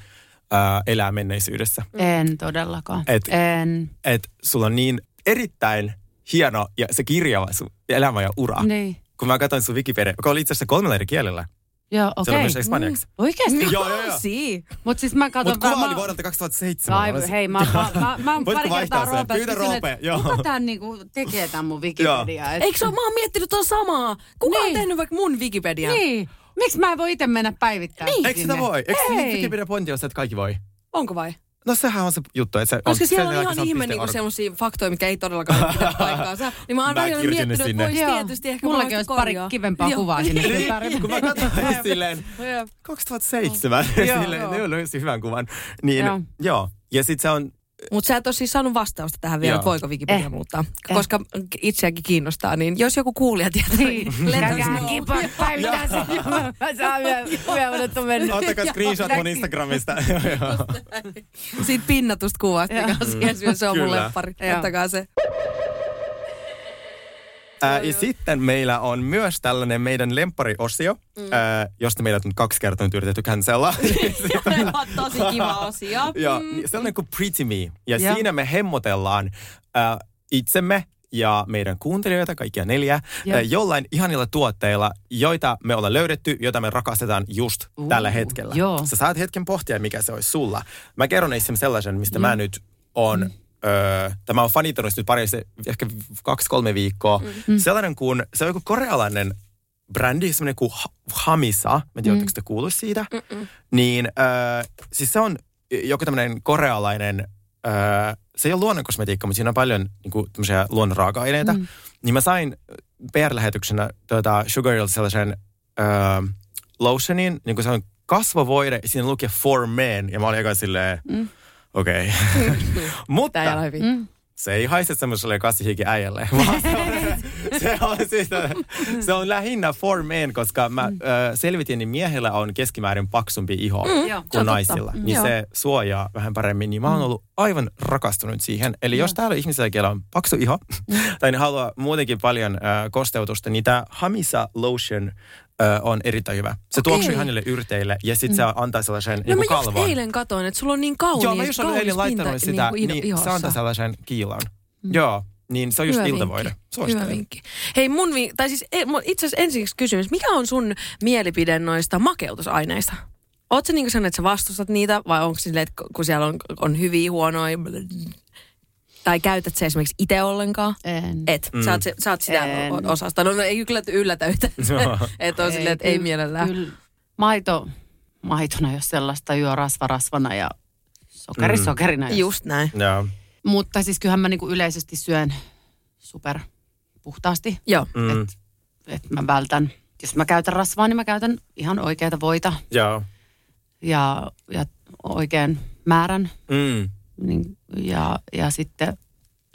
Speaker 2: ää, elää menneisyydessä.
Speaker 6: En todellakaan.
Speaker 2: Et-
Speaker 6: en.
Speaker 2: Että sulla on niin erittäin hieno ja se kirjava sun elämä ja ura. Ne.
Speaker 6: Niin.
Speaker 2: Kun mä katsoin sun Wikipedia, joka oli itse asiassa kolmella eri kielellä.
Speaker 6: Joo,
Speaker 2: Se oli
Speaker 6: okei.
Speaker 2: myös
Speaker 3: no
Speaker 2: espanjaksi.
Speaker 6: Oikeasti?
Speaker 2: Joo, joo, joo.
Speaker 3: Sii.
Speaker 6: Mutta siis mä
Speaker 3: niin.
Speaker 6: katson...
Speaker 2: Mutta kuva
Speaker 6: varmaan-
Speaker 2: oli vuodelta 2007.
Speaker 6: Ai, hei, mä, mä, mä, mä oon
Speaker 2: Voitko
Speaker 6: pari
Speaker 2: vaihtaa
Speaker 6: kertaa
Speaker 2: sen?
Speaker 6: Roopelta
Speaker 2: Pyydä
Speaker 6: kysynyt,
Speaker 2: Roope,
Speaker 6: että
Speaker 2: joo.
Speaker 6: Kuka tämän niinku tekee tämän mun Wikipediaa? Et-
Speaker 3: Eikö se ole? Mä oon miettinyt tuon samaa. Kuka on
Speaker 6: Niin.
Speaker 3: tehnyt vaikka mun Wikipediaa?
Speaker 6: Niin. Miksi mä en voi itse mennä päivittämään
Speaker 2: Eikö sitä
Speaker 6: sinne?
Speaker 2: voi? Eikö se niin,
Speaker 6: Ei.
Speaker 2: Wikipedia pointti ole se, että kaikki voi?
Speaker 3: Onko vai?
Speaker 2: No sehän on se juttu, että se on...
Speaker 3: Koska siellä
Speaker 2: sen
Speaker 3: on
Speaker 2: jälkeen
Speaker 3: ihan
Speaker 2: se on
Speaker 3: ihme
Speaker 2: piste
Speaker 3: niinku
Speaker 2: org.
Speaker 3: semmoisia faktoja, mitkä ei todellakaan pidä paikkaansa. Niin mä oon
Speaker 2: Mä
Speaker 3: välillä
Speaker 2: kirjoitin ne
Speaker 3: miettinyt, että
Speaker 2: sinne.
Speaker 3: voisi tietysti ehkä
Speaker 6: Mullakin
Speaker 3: mahdollisesti
Speaker 6: olisi pari
Speaker 3: korjaa.
Speaker 6: kivempaa
Speaker 3: Joo.
Speaker 6: kuvaa sinne. kyllä
Speaker 2: Niin,
Speaker 6: tarvitsen.
Speaker 2: kun mä katsoin silleen, 2007.
Speaker 6: Joo,
Speaker 2: Silleen,
Speaker 6: joo.
Speaker 2: ne löysi hyvän kuvan. Niin, joo.
Speaker 6: Joo.
Speaker 2: joo. Ja sit se on,
Speaker 3: Mutta sä et ole siis saanut vastausta tähän vielä,
Speaker 2: Joo.
Speaker 3: että voiko Wikipedia
Speaker 6: Eh.
Speaker 3: muuttaa. Koska itseäkin kiinnostaa, niin jos joku kuulija tietää, niin let us
Speaker 6: Käykää
Speaker 3: know.
Speaker 6: kipa- päivittää se. Mä saan vielä- vielä odottaa mennä.
Speaker 2: no, ottakaa screenshot mun Instagramista. Joo, joo.
Speaker 3: niin Siitä pinnatusta kuvasta, mikä on siellä, se on mun
Speaker 2: Kyllä.
Speaker 3: lemppari.
Speaker 6: Joo.
Speaker 3: Ottakaa se.
Speaker 2: Ää, ja sitten meillä on myös tällainen meidän lemppariosio, mm. ää, josta meidät on kaksi kertaa nyt yritetty cancella.
Speaker 3: Tosi kiva asia.
Speaker 2: ja niin sellainen kuin Pretty Me. Ja
Speaker 6: Joo.
Speaker 2: siinä me hemmotellaan ää, itsemme ja meidän kuuntelijoita, kaikkia neljä,
Speaker 6: Joo.
Speaker 2: ää, jollain ihanilla tuotteilla, joita me ollaan löydetty, joita me rakastetaan just
Speaker 6: Uu,
Speaker 2: tällä hetkellä.
Speaker 6: joo.
Speaker 2: Sä saat hetken pohtia, mikä se olisi sulla. Mä kerron esimerkiksi sellaisen, mistä mä nyt on, mm. öö, tämä on fanittanut nyt pari, se- ehkä kaksi-kolme viikkoa. Mm. Sellainen kuin, se on joku korealainen brändi, semmoinen kuin Ha- Hamisa, mä en tiedä, mm. te kuullut siitä. Mm-mm. Niin, öö, siis se on joku tämmöinen korealainen, öö, se ei ole luonnonkosmetiikka, mutta siinä on paljon niin tämmöisiä luonnon raaka-aineita. Mm. Niin mä sain PR-lähetyksenä tuota, Sugarilta sellaisen öö, lotionin, niin kuin se on kasvovoide, ja siinä luki for men, ja mä olin aika silleen, mm. okei. Okay. mutta
Speaker 3: Tää ei ole hyvin.
Speaker 2: Mm. se ei haise semmoiselle kasvihiki äijälle, vaan se on se, se, on, siis, se on lähinnä for men, koska mä mm. ö, selvitin, niin miehellä on keskimäärin paksumpi iho mm.
Speaker 6: Joo,
Speaker 2: kuin naisilla. Niin
Speaker 3: Mm. Joo. Mm.
Speaker 2: se suojaa vähän paremmin. Niin mä oon ollut aivan rakastunut siihen. Eli jos täällä ihmisellä, kellä on paksu iho,
Speaker 3: Mm.
Speaker 2: tai ne haluaa muutenkin paljon ö, kosteutusta, niin tämä Hamisa Lotion ö, on erittäin hyvä. Se okay. tuoksuu hänelle yrteille ja sitten se antaa sellaisen
Speaker 3: Mm. No mä
Speaker 2: joku
Speaker 3: just
Speaker 2: kalvon.
Speaker 3: eilen katoin, että sulla on niin kaunis,
Speaker 2: Joo, mä just olin
Speaker 3: kaunis
Speaker 2: eilen
Speaker 3: pinta
Speaker 2: laittanut sitä,
Speaker 3: niin,
Speaker 2: niin,
Speaker 3: kuin
Speaker 2: niin
Speaker 3: ihossa.
Speaker 2: se antaa sellaisen kiilan. Mm. Joo, niin se on just
Speaker 3: Hyvä
Speaker 2: iltavoide.
Speaker 3: vinkki. Hyvä
Speaker 2: Suosittelen.
Speaker 3: vinkki. Hei mun, vi- tai siis e- mun- itse asiassa ensiksi kysymys, mikä on sun mielipide noista makeutusaineista? Oot sä niin sen, että sä vastustat niitä vai onko silleen, että kun siellä on, on hyviä, huonoja, bl- tai käytät sä esimerkiksi itse ollenkaan?
Speaker 6: En.
Speaker 3: Et, mm. sä, oot, se- sä oot sitä
Speaker 6: En.
Speaker 3: o- osasta. No ei kyllä yllätä yhtä, että on silleen, että ei
Speaker 6: kyllä-
Speaker 3: mielellään.
Speaker 6: Kyllä, maito, maitona jos sellaista juo rasva rasvana ja sokeri
Speaker 2: Mm.
Speaker 6: mm. sokerina. Jos.
Speaker 3: Just näin.
Speaker 2: Joo.
Speaker 6: Mutta siis kyllähän mä niinku yleisesti syön super puhtaasti.
Speaker 3: Joo.
Speaker 2: Mm.
Speaker 6: Et, et mä vältän, jos mä käytän rasvaa, niin mä käytän ihan oikeita voita
Speaker 2: Joo.
Speaker 6: ja, ja oikean määrän.
Speaker 2: Mm.
Speaker 6: Niin, ja, ja sitten,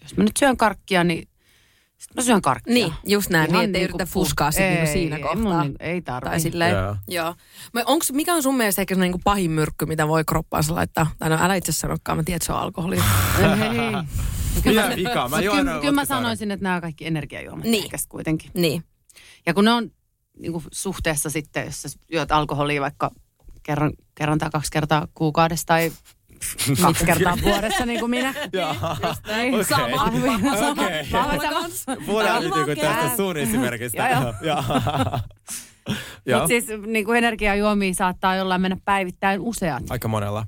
Speaker 6: jos mä nyt syön karkkia, niin sit mä syön karkkia.
Speaker 3: Niin, just näin,
Speaker 6: Ihan
Speaker 3: niin ettei
Speaker 6: niinku
Speaker 3: yritä
Speaker 6: puh-
Speaker 3: fuskaa sit niinku
Speaker 6: Ei,
Speaker 3: siinä
Speaker 6: ei
Speaker 3: kohtaa.
Speaker 6: mun niinku-
Speaker 3: Tai
Speaker 6: Ei tarvitse.
Speaker 3: silleen,
Speaker 2: Joo.
Speaker 3: joo. Mä onks, mikä on sun mielestä ehkä se niinku pahin myrkky, mitä voi kroppaansa laittaa? Tai no älä itse sanokaan, mä tiedän, että se on alkoholi.
Speaker 2: Mitä vikaa? Mä juon
Speaker 6: kyllä, kyllä mä
Speaker 2: Otkataaren.
Speaker 6: sanoisin, että nämä kaikki energiajuomat
Speaker 3: Niin.
Speaker 6: niin. kuitenkin.
Speaker 3: niin.
Speaker 6: Ja kun ne on niin kuin suhteessa sitten, jos sä juot alkoholia vaikka kerran, kerran tai kaksi kertaa kuukaudessa tai kaksi kertaa vuodessa, niin kuin minä.
Speaker 2: Joo.
Speaker 6: Näin.
Speaker 2: Sama. Okei.
Speaker 6: Vahva sama.
Speaker 2: Puhutaan nyt
Speaker 6: Sama
Speaker 2: niinku tästä
Speaker 6: kää.
Speaker 2: sun esimerkistä.
Speaker 6: Joo,
Speaker 2: Joo.
Speaker 6: Mutta
Speaker 2: Joo.
Speaker 6: siis niin kuin energiajuomia saattaa jollain mennä päivittäin useat.
Speaker 2: Aika monella.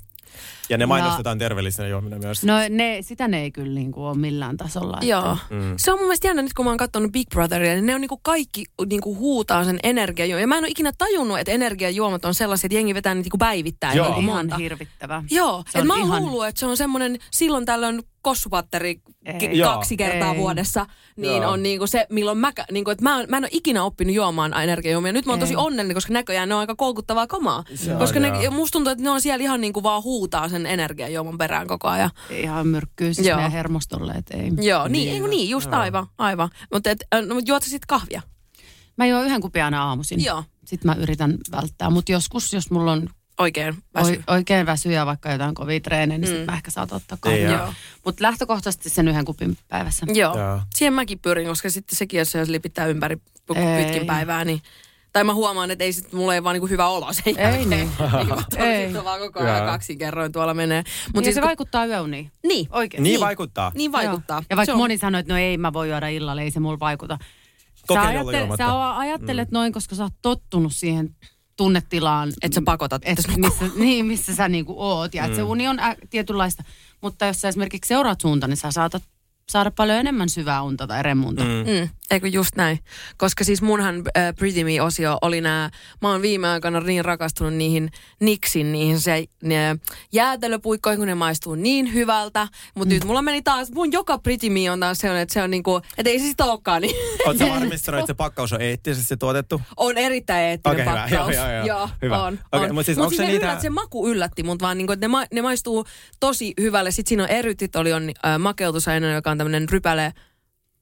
Speaker 2: Ja ne mainostetaan terveellisenä juomina myös.
Speaker 6: No ne, sitä ne ei kyllä niin kuin ole millään tasolla. että-
Speaker 3: Joo.
Speaker 2: Mm.
Speaker 3: Se on mun mielestä jännä, nyt kun mä oon katsonut Big Brotheria, niin ne on niinku kaikki niinku huutaa sen energiajuoman. Ja mä en ole ikinä tajunnut, että energiajuomat on sellaiset, että jengi vetää niitä niinku päivittäin.
Speaker 2: Joo.
Speaker 3: niinku
Speaker 6: Ihan
Speaker 3: monta.
Speaker 6: hirvittävä.
Speaker 3: Joo,
Speaker 6: Se
Speaker 3: et
Speaker 6: on
Speaker 3: mä oon
Speaker 6: ihan-
Speaker 3: luullut, että se on semmoinen silloin tällöin kossupatteri
Speaker 6: Ei.
Speaker 3: k- kaksi
Speaker 6: Joo.
Speaker 3: kertaa
Speaker 6: Ei.
Speaker 3: vuodessa, niin
Speaker 2: Joo.
Speaker 3: on niinku se, milloin mä, kä- niinku, että mä, oon- mä en ole ikinä oppinut juomaan energiajuomia. Nyt mä oon tosi
Speaker 6: Ei.
Speaker 3: onnellinen, koska näköjään ne on aika koukuttavaa kamaa.
Speaker 2: Se on,
Speaker 3: koska ne,
Speaker 2: joo.
Speaker 3: musta tuntuu, että ne on siellä ihan niinku vaan huutaa sen energiajuoman perään koko ajan.
Speaker 6: Ihan myrkkyy siis
Speaker 3: Joo.
Speaker 6: meidän hermostolle, et ei.
Speaker 3: Joo, niin, niin, ei, kun niin just aivan, aivan. Mutta no, mut juot sä sit kahvia?
Speaker 6: Mä juon yhden kupin aina aamuisin.
Speaker 3: Joo,
Speaker 6: Sitten mä yritän välttää, mutta joskus, jos mulla on
Speaker 3: oikein väsy. Mm.
Speaker 6: Oi, oikein väsyjä vaikka jotain kovia treenejä, niin sit mä ehkä saatan ottaa kahvia.
Speaker 3: Joo.
Speaker 6: Mutta lähtökohtaisesti sen yhden kupin päivässä.
Speaker 3: Joo,
Speaker 2: Joo.
Speaker 3: siihen mäkin pyrin, koska sitten sekin, jos se lipittää ympäri pu-
Speaker 6: Ei.
Speaker 3: pitkin päivää, niin... Tai mä huomaan, että ei sit, mulla ei vaan niinku hyvä olo sen
Speaker 6: Ei
Speaker 3: jälkeen.
Speaker 6: niin. Ei.
Speaker 3: Ei. vaan koko ajan
Speaker 2: Joo.
Speaker 3: kaksin kerroin tuolla menee.
Speaker 6: Mutta
Speaker 3: Mut
Speaker 6: siis
Speaker 3: siis,
Speaker 6: se
Speaker 3: kun-
Speaker 6: vaikuttaa yöuniin.
Speaker 3: niin,
Speaker 6: Oikein.
Speaker 2: Niin vaikuttaa.
Speaker 3: niin vaikuttaa.
Speaker 6: Joo. Ja
Speaker 3: Se
Speaker 6: vaikka
Speaker 3: on-
Speaker 6: moni sanoo, että no ei mä voi juoda illalla, ei se mulla vaikuta. Sä,
Speaker 2: Kokeilla
Speaker 6: ajattelet,
Speaker 2: juomatta.
Speaker 6: sä o- ajattelet mm. noin, koska sä oot tottunut siihen tunnetilaan. mm,
Speaker 3: Että sä pakotat
Speaker 6: et,
Speaker 3: itse
Speaker 6: missä, niin, missä sä niinku oot. Ja mm. se uni on ä, tietynlaista. Mutta jos sä esimerkiksi seuraat suunta, niin sä saatat saada paljon enemmän syvää unta tai remmunta. Mm.
Speaker 3: Mm, eikö just näin. Koska siis munhan äh, Pretty Me-osio oli nämä, mä oon viime aikoina niin rakastunut niihin Nixin, niihin se, ne jäätelöpuikkoihin, kun ne maistuu niin hyvältä. Mutta mm. nyt mulla meni taas, mun joka Pretty Me on taas sellainen, että se on niinku, että ei se sitä olekaan niin.
Speaker 2: Oletko varmistanut, että se pakkaus on eettisesti tuotettu?
Speaker 3: On erittäin eettinen
Speaker 2: Okei, hyvä.
Speaker 3: pakkaus.
Speaker 2: Joo, joo, joo. Hyvä.
Speaker 3: on.
Speaker 2: Okei,
Speaker 3: on.
Speaker 2: mut siis
Speaker 3: mut
Speaker 2: onks se
Speaker 3: siis ne
Speaker 2: niitä-
Speaker 3: yllät, se maku yllätti mut vaan, niinku, että ne, ma- ne maistuu tosi hyvälle. Sitten siinä on erytit, oli on äh, makeutusaine, joka on tämmöinen rypäle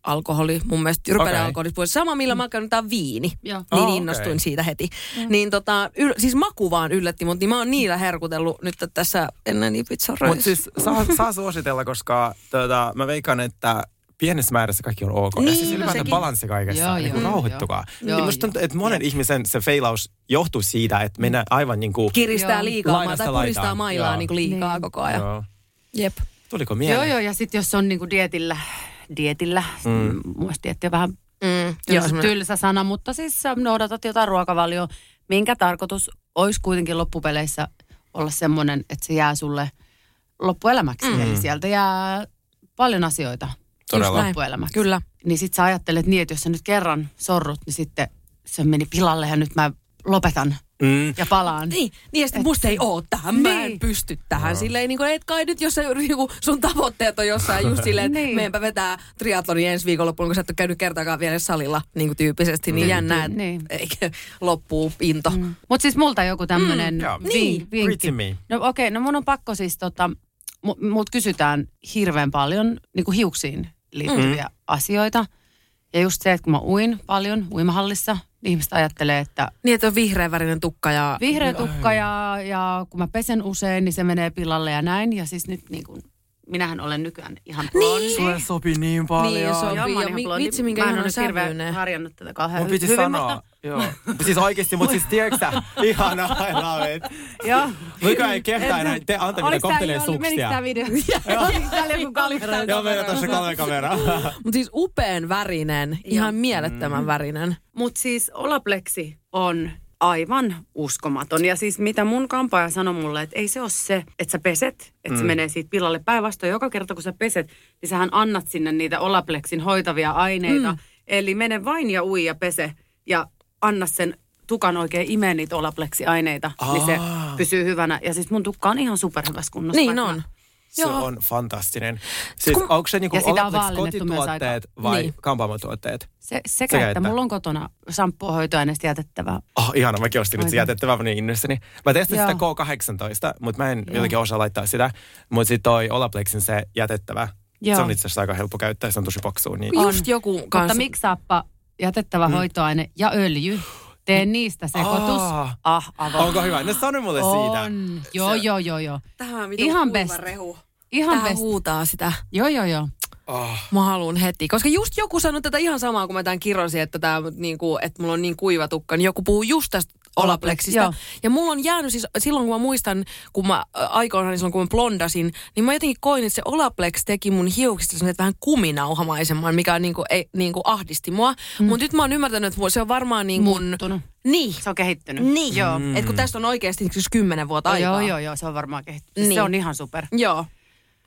Speaker 3: alkoholi, mun mielestä rypäle alkoholi. Sama millä makeutetaan viini.
Speaker 6: Joo. Mm.
Speaker 3: Niin
Speaker 2: Oh,
Speaker 3: innostuin
Speaker 2: okei.
Speaker 3: siitä heti. Niin tota, yl- siis maku vaan yllätti mut, niin mä oon niillä herkutellut nyt tässä ennen Ibizareissa.
Speaker 2: Mutta siis saa, saa suositella, koska tota, mä veikkaan, että pienessä määrässä kaikki on ok. ja
Speaker 3: Niin,
Speaker 2: siis
Speaker 3: no
Speaker 2: ylipäätään
Speaker 3: sekin.
Speaker 2: balanssi kaikessa.
Speaker 6: Joo,
Speaker 2: Joo, niin kuin
Speaker 6: joo,
Speaker 2: rauhoittukaa.
Speaker 6: joo.
Speaker 2: Joo,
Speaker 6: Joo, Mm.
Speaker 2: musta tuntuu, että monen ihmisen se feilaus johtuu siitä, että mennään aivan niin kuin...
Speaker 3: kiristää
Speaker 6: Joo.
Speaker 3: liikaa ma-
Speaker 2: Laidasta
Speaker 3: tai puristaa
Speaker 2: laitaan.
Speaker 3: mailaa
Speaker 2: Joo.
Speaker 3: niin liikaa
Speaker 6: Niin.
Speaker 3: koko ajan.
Speaker 2: Joo.
Speaker 3: Jep.
Speaker 2: Tuliko
Speaker 6: Joo,
Speaker 2: mieleen?
Speaker 6: joo. Ja sitten jos on niinku dietillä, dietillä, mm. muista dietti on vähän
Speaker 3: Mm, joo,
Speaker 6: tylsä,
Speaker 3: semmonen-
Speaker 6: tylsä sana, mutta siis sä noudatat jotain ruokavalioa, minkä tarkoitus olisi kuitenkin loppupeleissä olla semmoinen, että se jää sulle loppuelämäksi. Mm. Eli sieltä jää paljon asioita
Speaker 2: Todella.
Speaker 3: Näin.
Speaker 6: loppuelämäksi.
Speaker 3: Kyllä.
Speaker 6: Niin sit sä ajattelet niin, että jos sä nyt kerran sorrut, niin sitten se meni pilalle ja nyt mä lopetan
Speaker 2: Mm.
Speaker 6: ja palaan.
Speaker 3: Niin, niin ja sitten musta ei oo tähän, niin. mä en
Speaker 6: Niin.
Speaker 3: pysty tähän. No. Silleen, niin kuin, et kai nyt, jos sä, joku, sun tavoitteet on jossain just silleen, että niin.
Speaker 6: Niin.
Speaker 3: meenpä vetää triatloni ensi viikonloppuun, kun sä et ole käynyt kertaakaan vielä salilla niin kuin tyyppisesti, niin jännä, että niin.
Speaker 6: Niin.
Speaker 3: eikä loppuu into. Mm.
Speaker 6: Mutta siis multa joku tämmöinen mm,
Speaker 2: joo.
Speaker 6: vink,
Speaker 3: Niin.
Speaker 6: vinkki.
Speaker 2: Pretty me.
Speaker 6: No okei, okay, no mun on pakko siis tota, mu- multa kysytään hirveän paljon niin kuin hiuksiin liittyviä mm. niinku asioita. Ja Ja just se, että kun mä uin paljon uimahallissa, niin ihmiset ajattelee, että
Speaker 3: Niin, että on vihreän värinen tukka ja...
Speaker 6: vihreä tukka ja, ja kun mä pesen usein, niin se menee pilalle ja näin. Ja siis nyt niin kuin, minähän olen nykyään
Speaker 5: Niin.
Speaker 6: ihan blondi.
Speaker 2: Sulle sopi niin paljon.
Speaker 3: Niin, se on-
Speaker 6: Joo, mä oon
Speaker 3: Ja
Speaker 6: ihan
Speaker 3: mi-
Speaker 6: blondi.
Speaker 3: vitsi, minkä
Speaker 6: Mä en
Speaker 3: ihanan
Speaker 6: ole nyt hirveän
Speaker 3: sävyinen.
Speaker 6: harjannut tätä kauhean
Speaker 2: Mun
Speaker 6: hy-
Speaker 2: piti
Speaker 6: hyvin,
Speaker 2: sanoa.
Speaker 6: mutta-
Speaker 2: Joo. Siis oikeesti, mutta siis tiedätkö sä, ihana, I love it.
Speaker 5: Joo.
Speaker 2: Nykyään ei kehtaa enää te antaa niitä
Speaker 5: Oliko tää-
Speaker 2: kohtelee
Speaker 5: joo, Menikö
Speaker 2: suksia.
Speaker 5: tää video? Menikö täällä joku kamera?
Speaker 2: Joo, meillä on tuossa kamera.
Speaker 3: Mutta siis upean värinen, ihan mielettömän
Speaker 2: Mm.
Speaker 3: värinen.
Speaker 6: Mutta siis Olapleksi on aivan uskomaton. Ja siis mitä mun kampaaja sanoi mulle, että ei se ole se, että sä peset, että mm. se menee siitä pilalle. Päinvastoin joka kerta kun sä peset, niin sähän annat sinne niitä Olapleksin hoitavia aineita. Mm. Eli mene vain ja ui ja pese ja anna sen tukan oikein imee niitä Olapleksi-aineita, niin se
Speaker 2: Aa.
Speaker 6: pysyy hyvänä. Ja siis mun tukka on ihan superhyvässä kunnossa.
Speaker 3: Niin
Speaker 6: vaikka
Speaker 3: on.
Speaker 6: mä-
Speaker 2: Se
Speaker 3: Joo.
Speaker 2: on fantastinen. Siis
Speaker 3: Kun-
Speaker 2: onko se niinku
Speaker 6: Ja sitä on
Speaker 2: Olaplex
Speaker 6: vaalennettu myös
Speaker 2: kotituotteet vai
Speaker 3: Niin.
Speaker 2: kampaamotuotteet?
Speaker 6: Se, sekä,
Speaker 2: Sekä
Speaker 6: sekä että,
Speaker 2: että.
Speaker 6: että mulla on kotona samppuhoitoaineista jätettävää.
Speaker 2: Oh, ihana, mäkin ostin nyt se
Speaker 6: Oikein.
Speaker 2: jätettävä niin innoissani. Mä testin sitä
Speaker 6: Joo.
Speaker 2: K18, mutta mä en jotenkin osaa laittaa sitä. Mutta sitten toi Olaplexin se jätettävä. Se
Speaker 6: Joo.
Speaker 2: on itse asiassa aika helppo käyttää, se on tosi paksu. Niin...
Speaker 3: On. Just joku
Speaker 6: Mutta
Speaker 3: kanssa.
Speaker 6: miksaappa jätettävä mm. hoitoaine ja öljy. Tee niistä sekoitus.
Speaker 2: Aa.
Speaker 6: Ah, avo.
Speaker 2: Onko hyvä? Ne sano mulle siitä.
Speaker 6: On. Joo, joo, joo, joo.
Speaker 3: Tähän
Speaker 6: vitun Ihan kuiva best.
Speaker 3: rehu.
Speaker 6: Ihan
Speaker 3: Tähän
Speaker 6: best.
Speaker 3: huutaa sitä.
Speaker 6: Joo, joo, joo.
Speaker 2: Oh.
Speaker 3: Mä haluun heti. Koska just joku sanoi tätä ihan samaa, kun mä tämän kirjoisin, että, tää, niinku, että mulla on niin kuiva tukka, niin joku puhuu just tästä Olapleksista.
Speaker 6: Joo.
Speaker 3: Ja mulla on jäänyt siis, silloin kun mä muistan, kun mä ä, aikoinaan niin silloin kun mä blondasin, niin mä jotenkin koin, että se Olaplex teki mun hiuksista sellaiset vähän kuminauhamaisemman, mikä niinku, ei, niinku ahdisti mua. Mm. Mutta nyt mä oon ymmärtänyt, että mu- se on varmaan niin kuin...
Speaker 6: Muuttunut.
Speaker 3: Niin.
Speaker 6: Se on kehittynyt.
Speaker 3: Niin. Joo. Et kun tästä on oikeasti siis kymmenen vuotta aikaa.
Speaker 6: Joo, joo, joo. Se on varmaan kehittynyt. Siis
Speaker 3: Niin.
Speaker 6: Se on ihan super.
Speaker 3: Joo.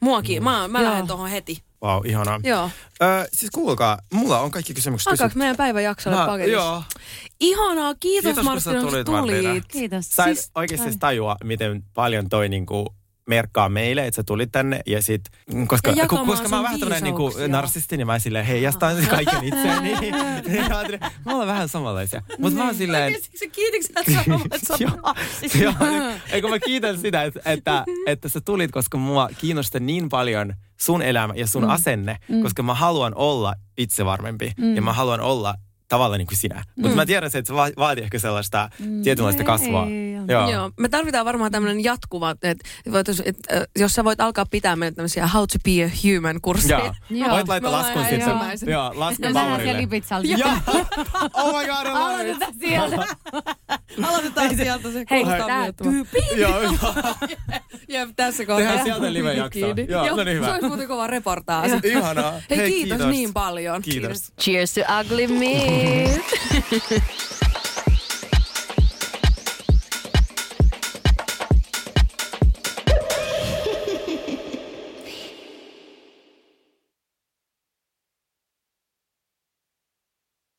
Speaker 3: Muakin. Mä, mä
Speaker 6: Joo.
Speaker 3: lähden tuohon heti.
Speaker 2: Wow, ihanaa.
Speaker 3: Joo.
Speaker 2: Ö, siis kuulkaa, mulla on kaikki kysymykset
Speaker 3: Alkaako meidän päiväjaksolle
Speaker 2: Mä-
Speaker 3: paketissa?
Speaker 2: Joo.
Speaker 3: Ihanaa,
Speaker 2: Kiitos,
Speaker 3: kiitos, kiitos
Speaker 2: kun
Speaker 3: Martti,
Speaker 2: sä
Speaker 3: kun tulit.
Speaker 2: tulit, Martina.
Speaker 6: Kiitos.
Speaker 2: Sä et
Speaker 6: Siis-
Speaker 2: oikeasti edes tajua, miten paljon toi niinku merkkaa meille, että sä tulit tänne ja sit, mm, koska,
Speaker 3: Ja
Speaker 2: ja
Speaker 3: jakamaan
Speaker 2: ku, koska mä oon
Speaker 3: sun
Speaker 2: vähän tämmönen niinku
Speaker 3: viisauksia.
Speaker 2: narsisti, niin mä silleen heijastan kaiken itseäni. Niin mä ajattelin, me ollaan vähän samanlaisia. Mut mä oon silleen,
Speaker 3: Sä kiitiksi sä sanoa, että sä
Speaker 2: Joo.
Speaker 3: oot narsissi?
Speaker 2: Joo, ei, kun mä kiitän sitä, että, että, että sä tulit, koska mua kiinnostaa niin paljon sun elämä ja sun mm. asenne, koska mä haluan olla itsevarmempi mm. ja mä haluan olla tavalla niin kuin sinä. Mutta mä tiedän, se, että se va- vaatii ehkä sellaista mm. tietynlaista kasvua.
Speaker 6: Ei, joo.
Speaker 2: Joo.
Speaker 3: Joo, me tarvitaan varmaan tämmöinen jatkuva, että voitais- että, äh, jos sä voit alkaa pitää meille tämmöisiä how to be a human kursseja.
Speaker 2: Joo.
Speaker 6: Joo.
Speaker 2: Voit
Speaker 3: Me
Speaker 2: laittaa
Speaker 3: ollaan
Speaker 2: laskun
Speaker 3: ihan
Speaker 2: sitten.
Speaker 3: ensimmäiset.
Speaker 2: Joo, laskun
Speaker 6: No vähän siellä
Speaker 2: Bauerille.
Speaker 6: Ibizalta.
Speaker 2: Joo. Oh my god, I love it.
Speaker 6: Aloitetaan siellä.
Speaker 3: Aloitetaan sieltä se
Speaker 6: Hei,
Speaker 3: kuulostaa
Speaker 6: tää
Speaker 3: mielettömän.
Speaker 2: Joo, joo.
Speaker 3: Jep, tässä kohtaa.
Speaker 2: Tehdään sieltä live-jakso.
Speaker 3: Kiinni.
Speaker 2: Joo, no niin, hyvä.
Speaker 3: Se olisi muuten kova reportaasi.
Speaker 2: Ihanaa.
Speaker 3: niin Hei, kiitos, niin paljon.
Speaker 2: Kiitos.
Speaker 7: Cheers to ugly me.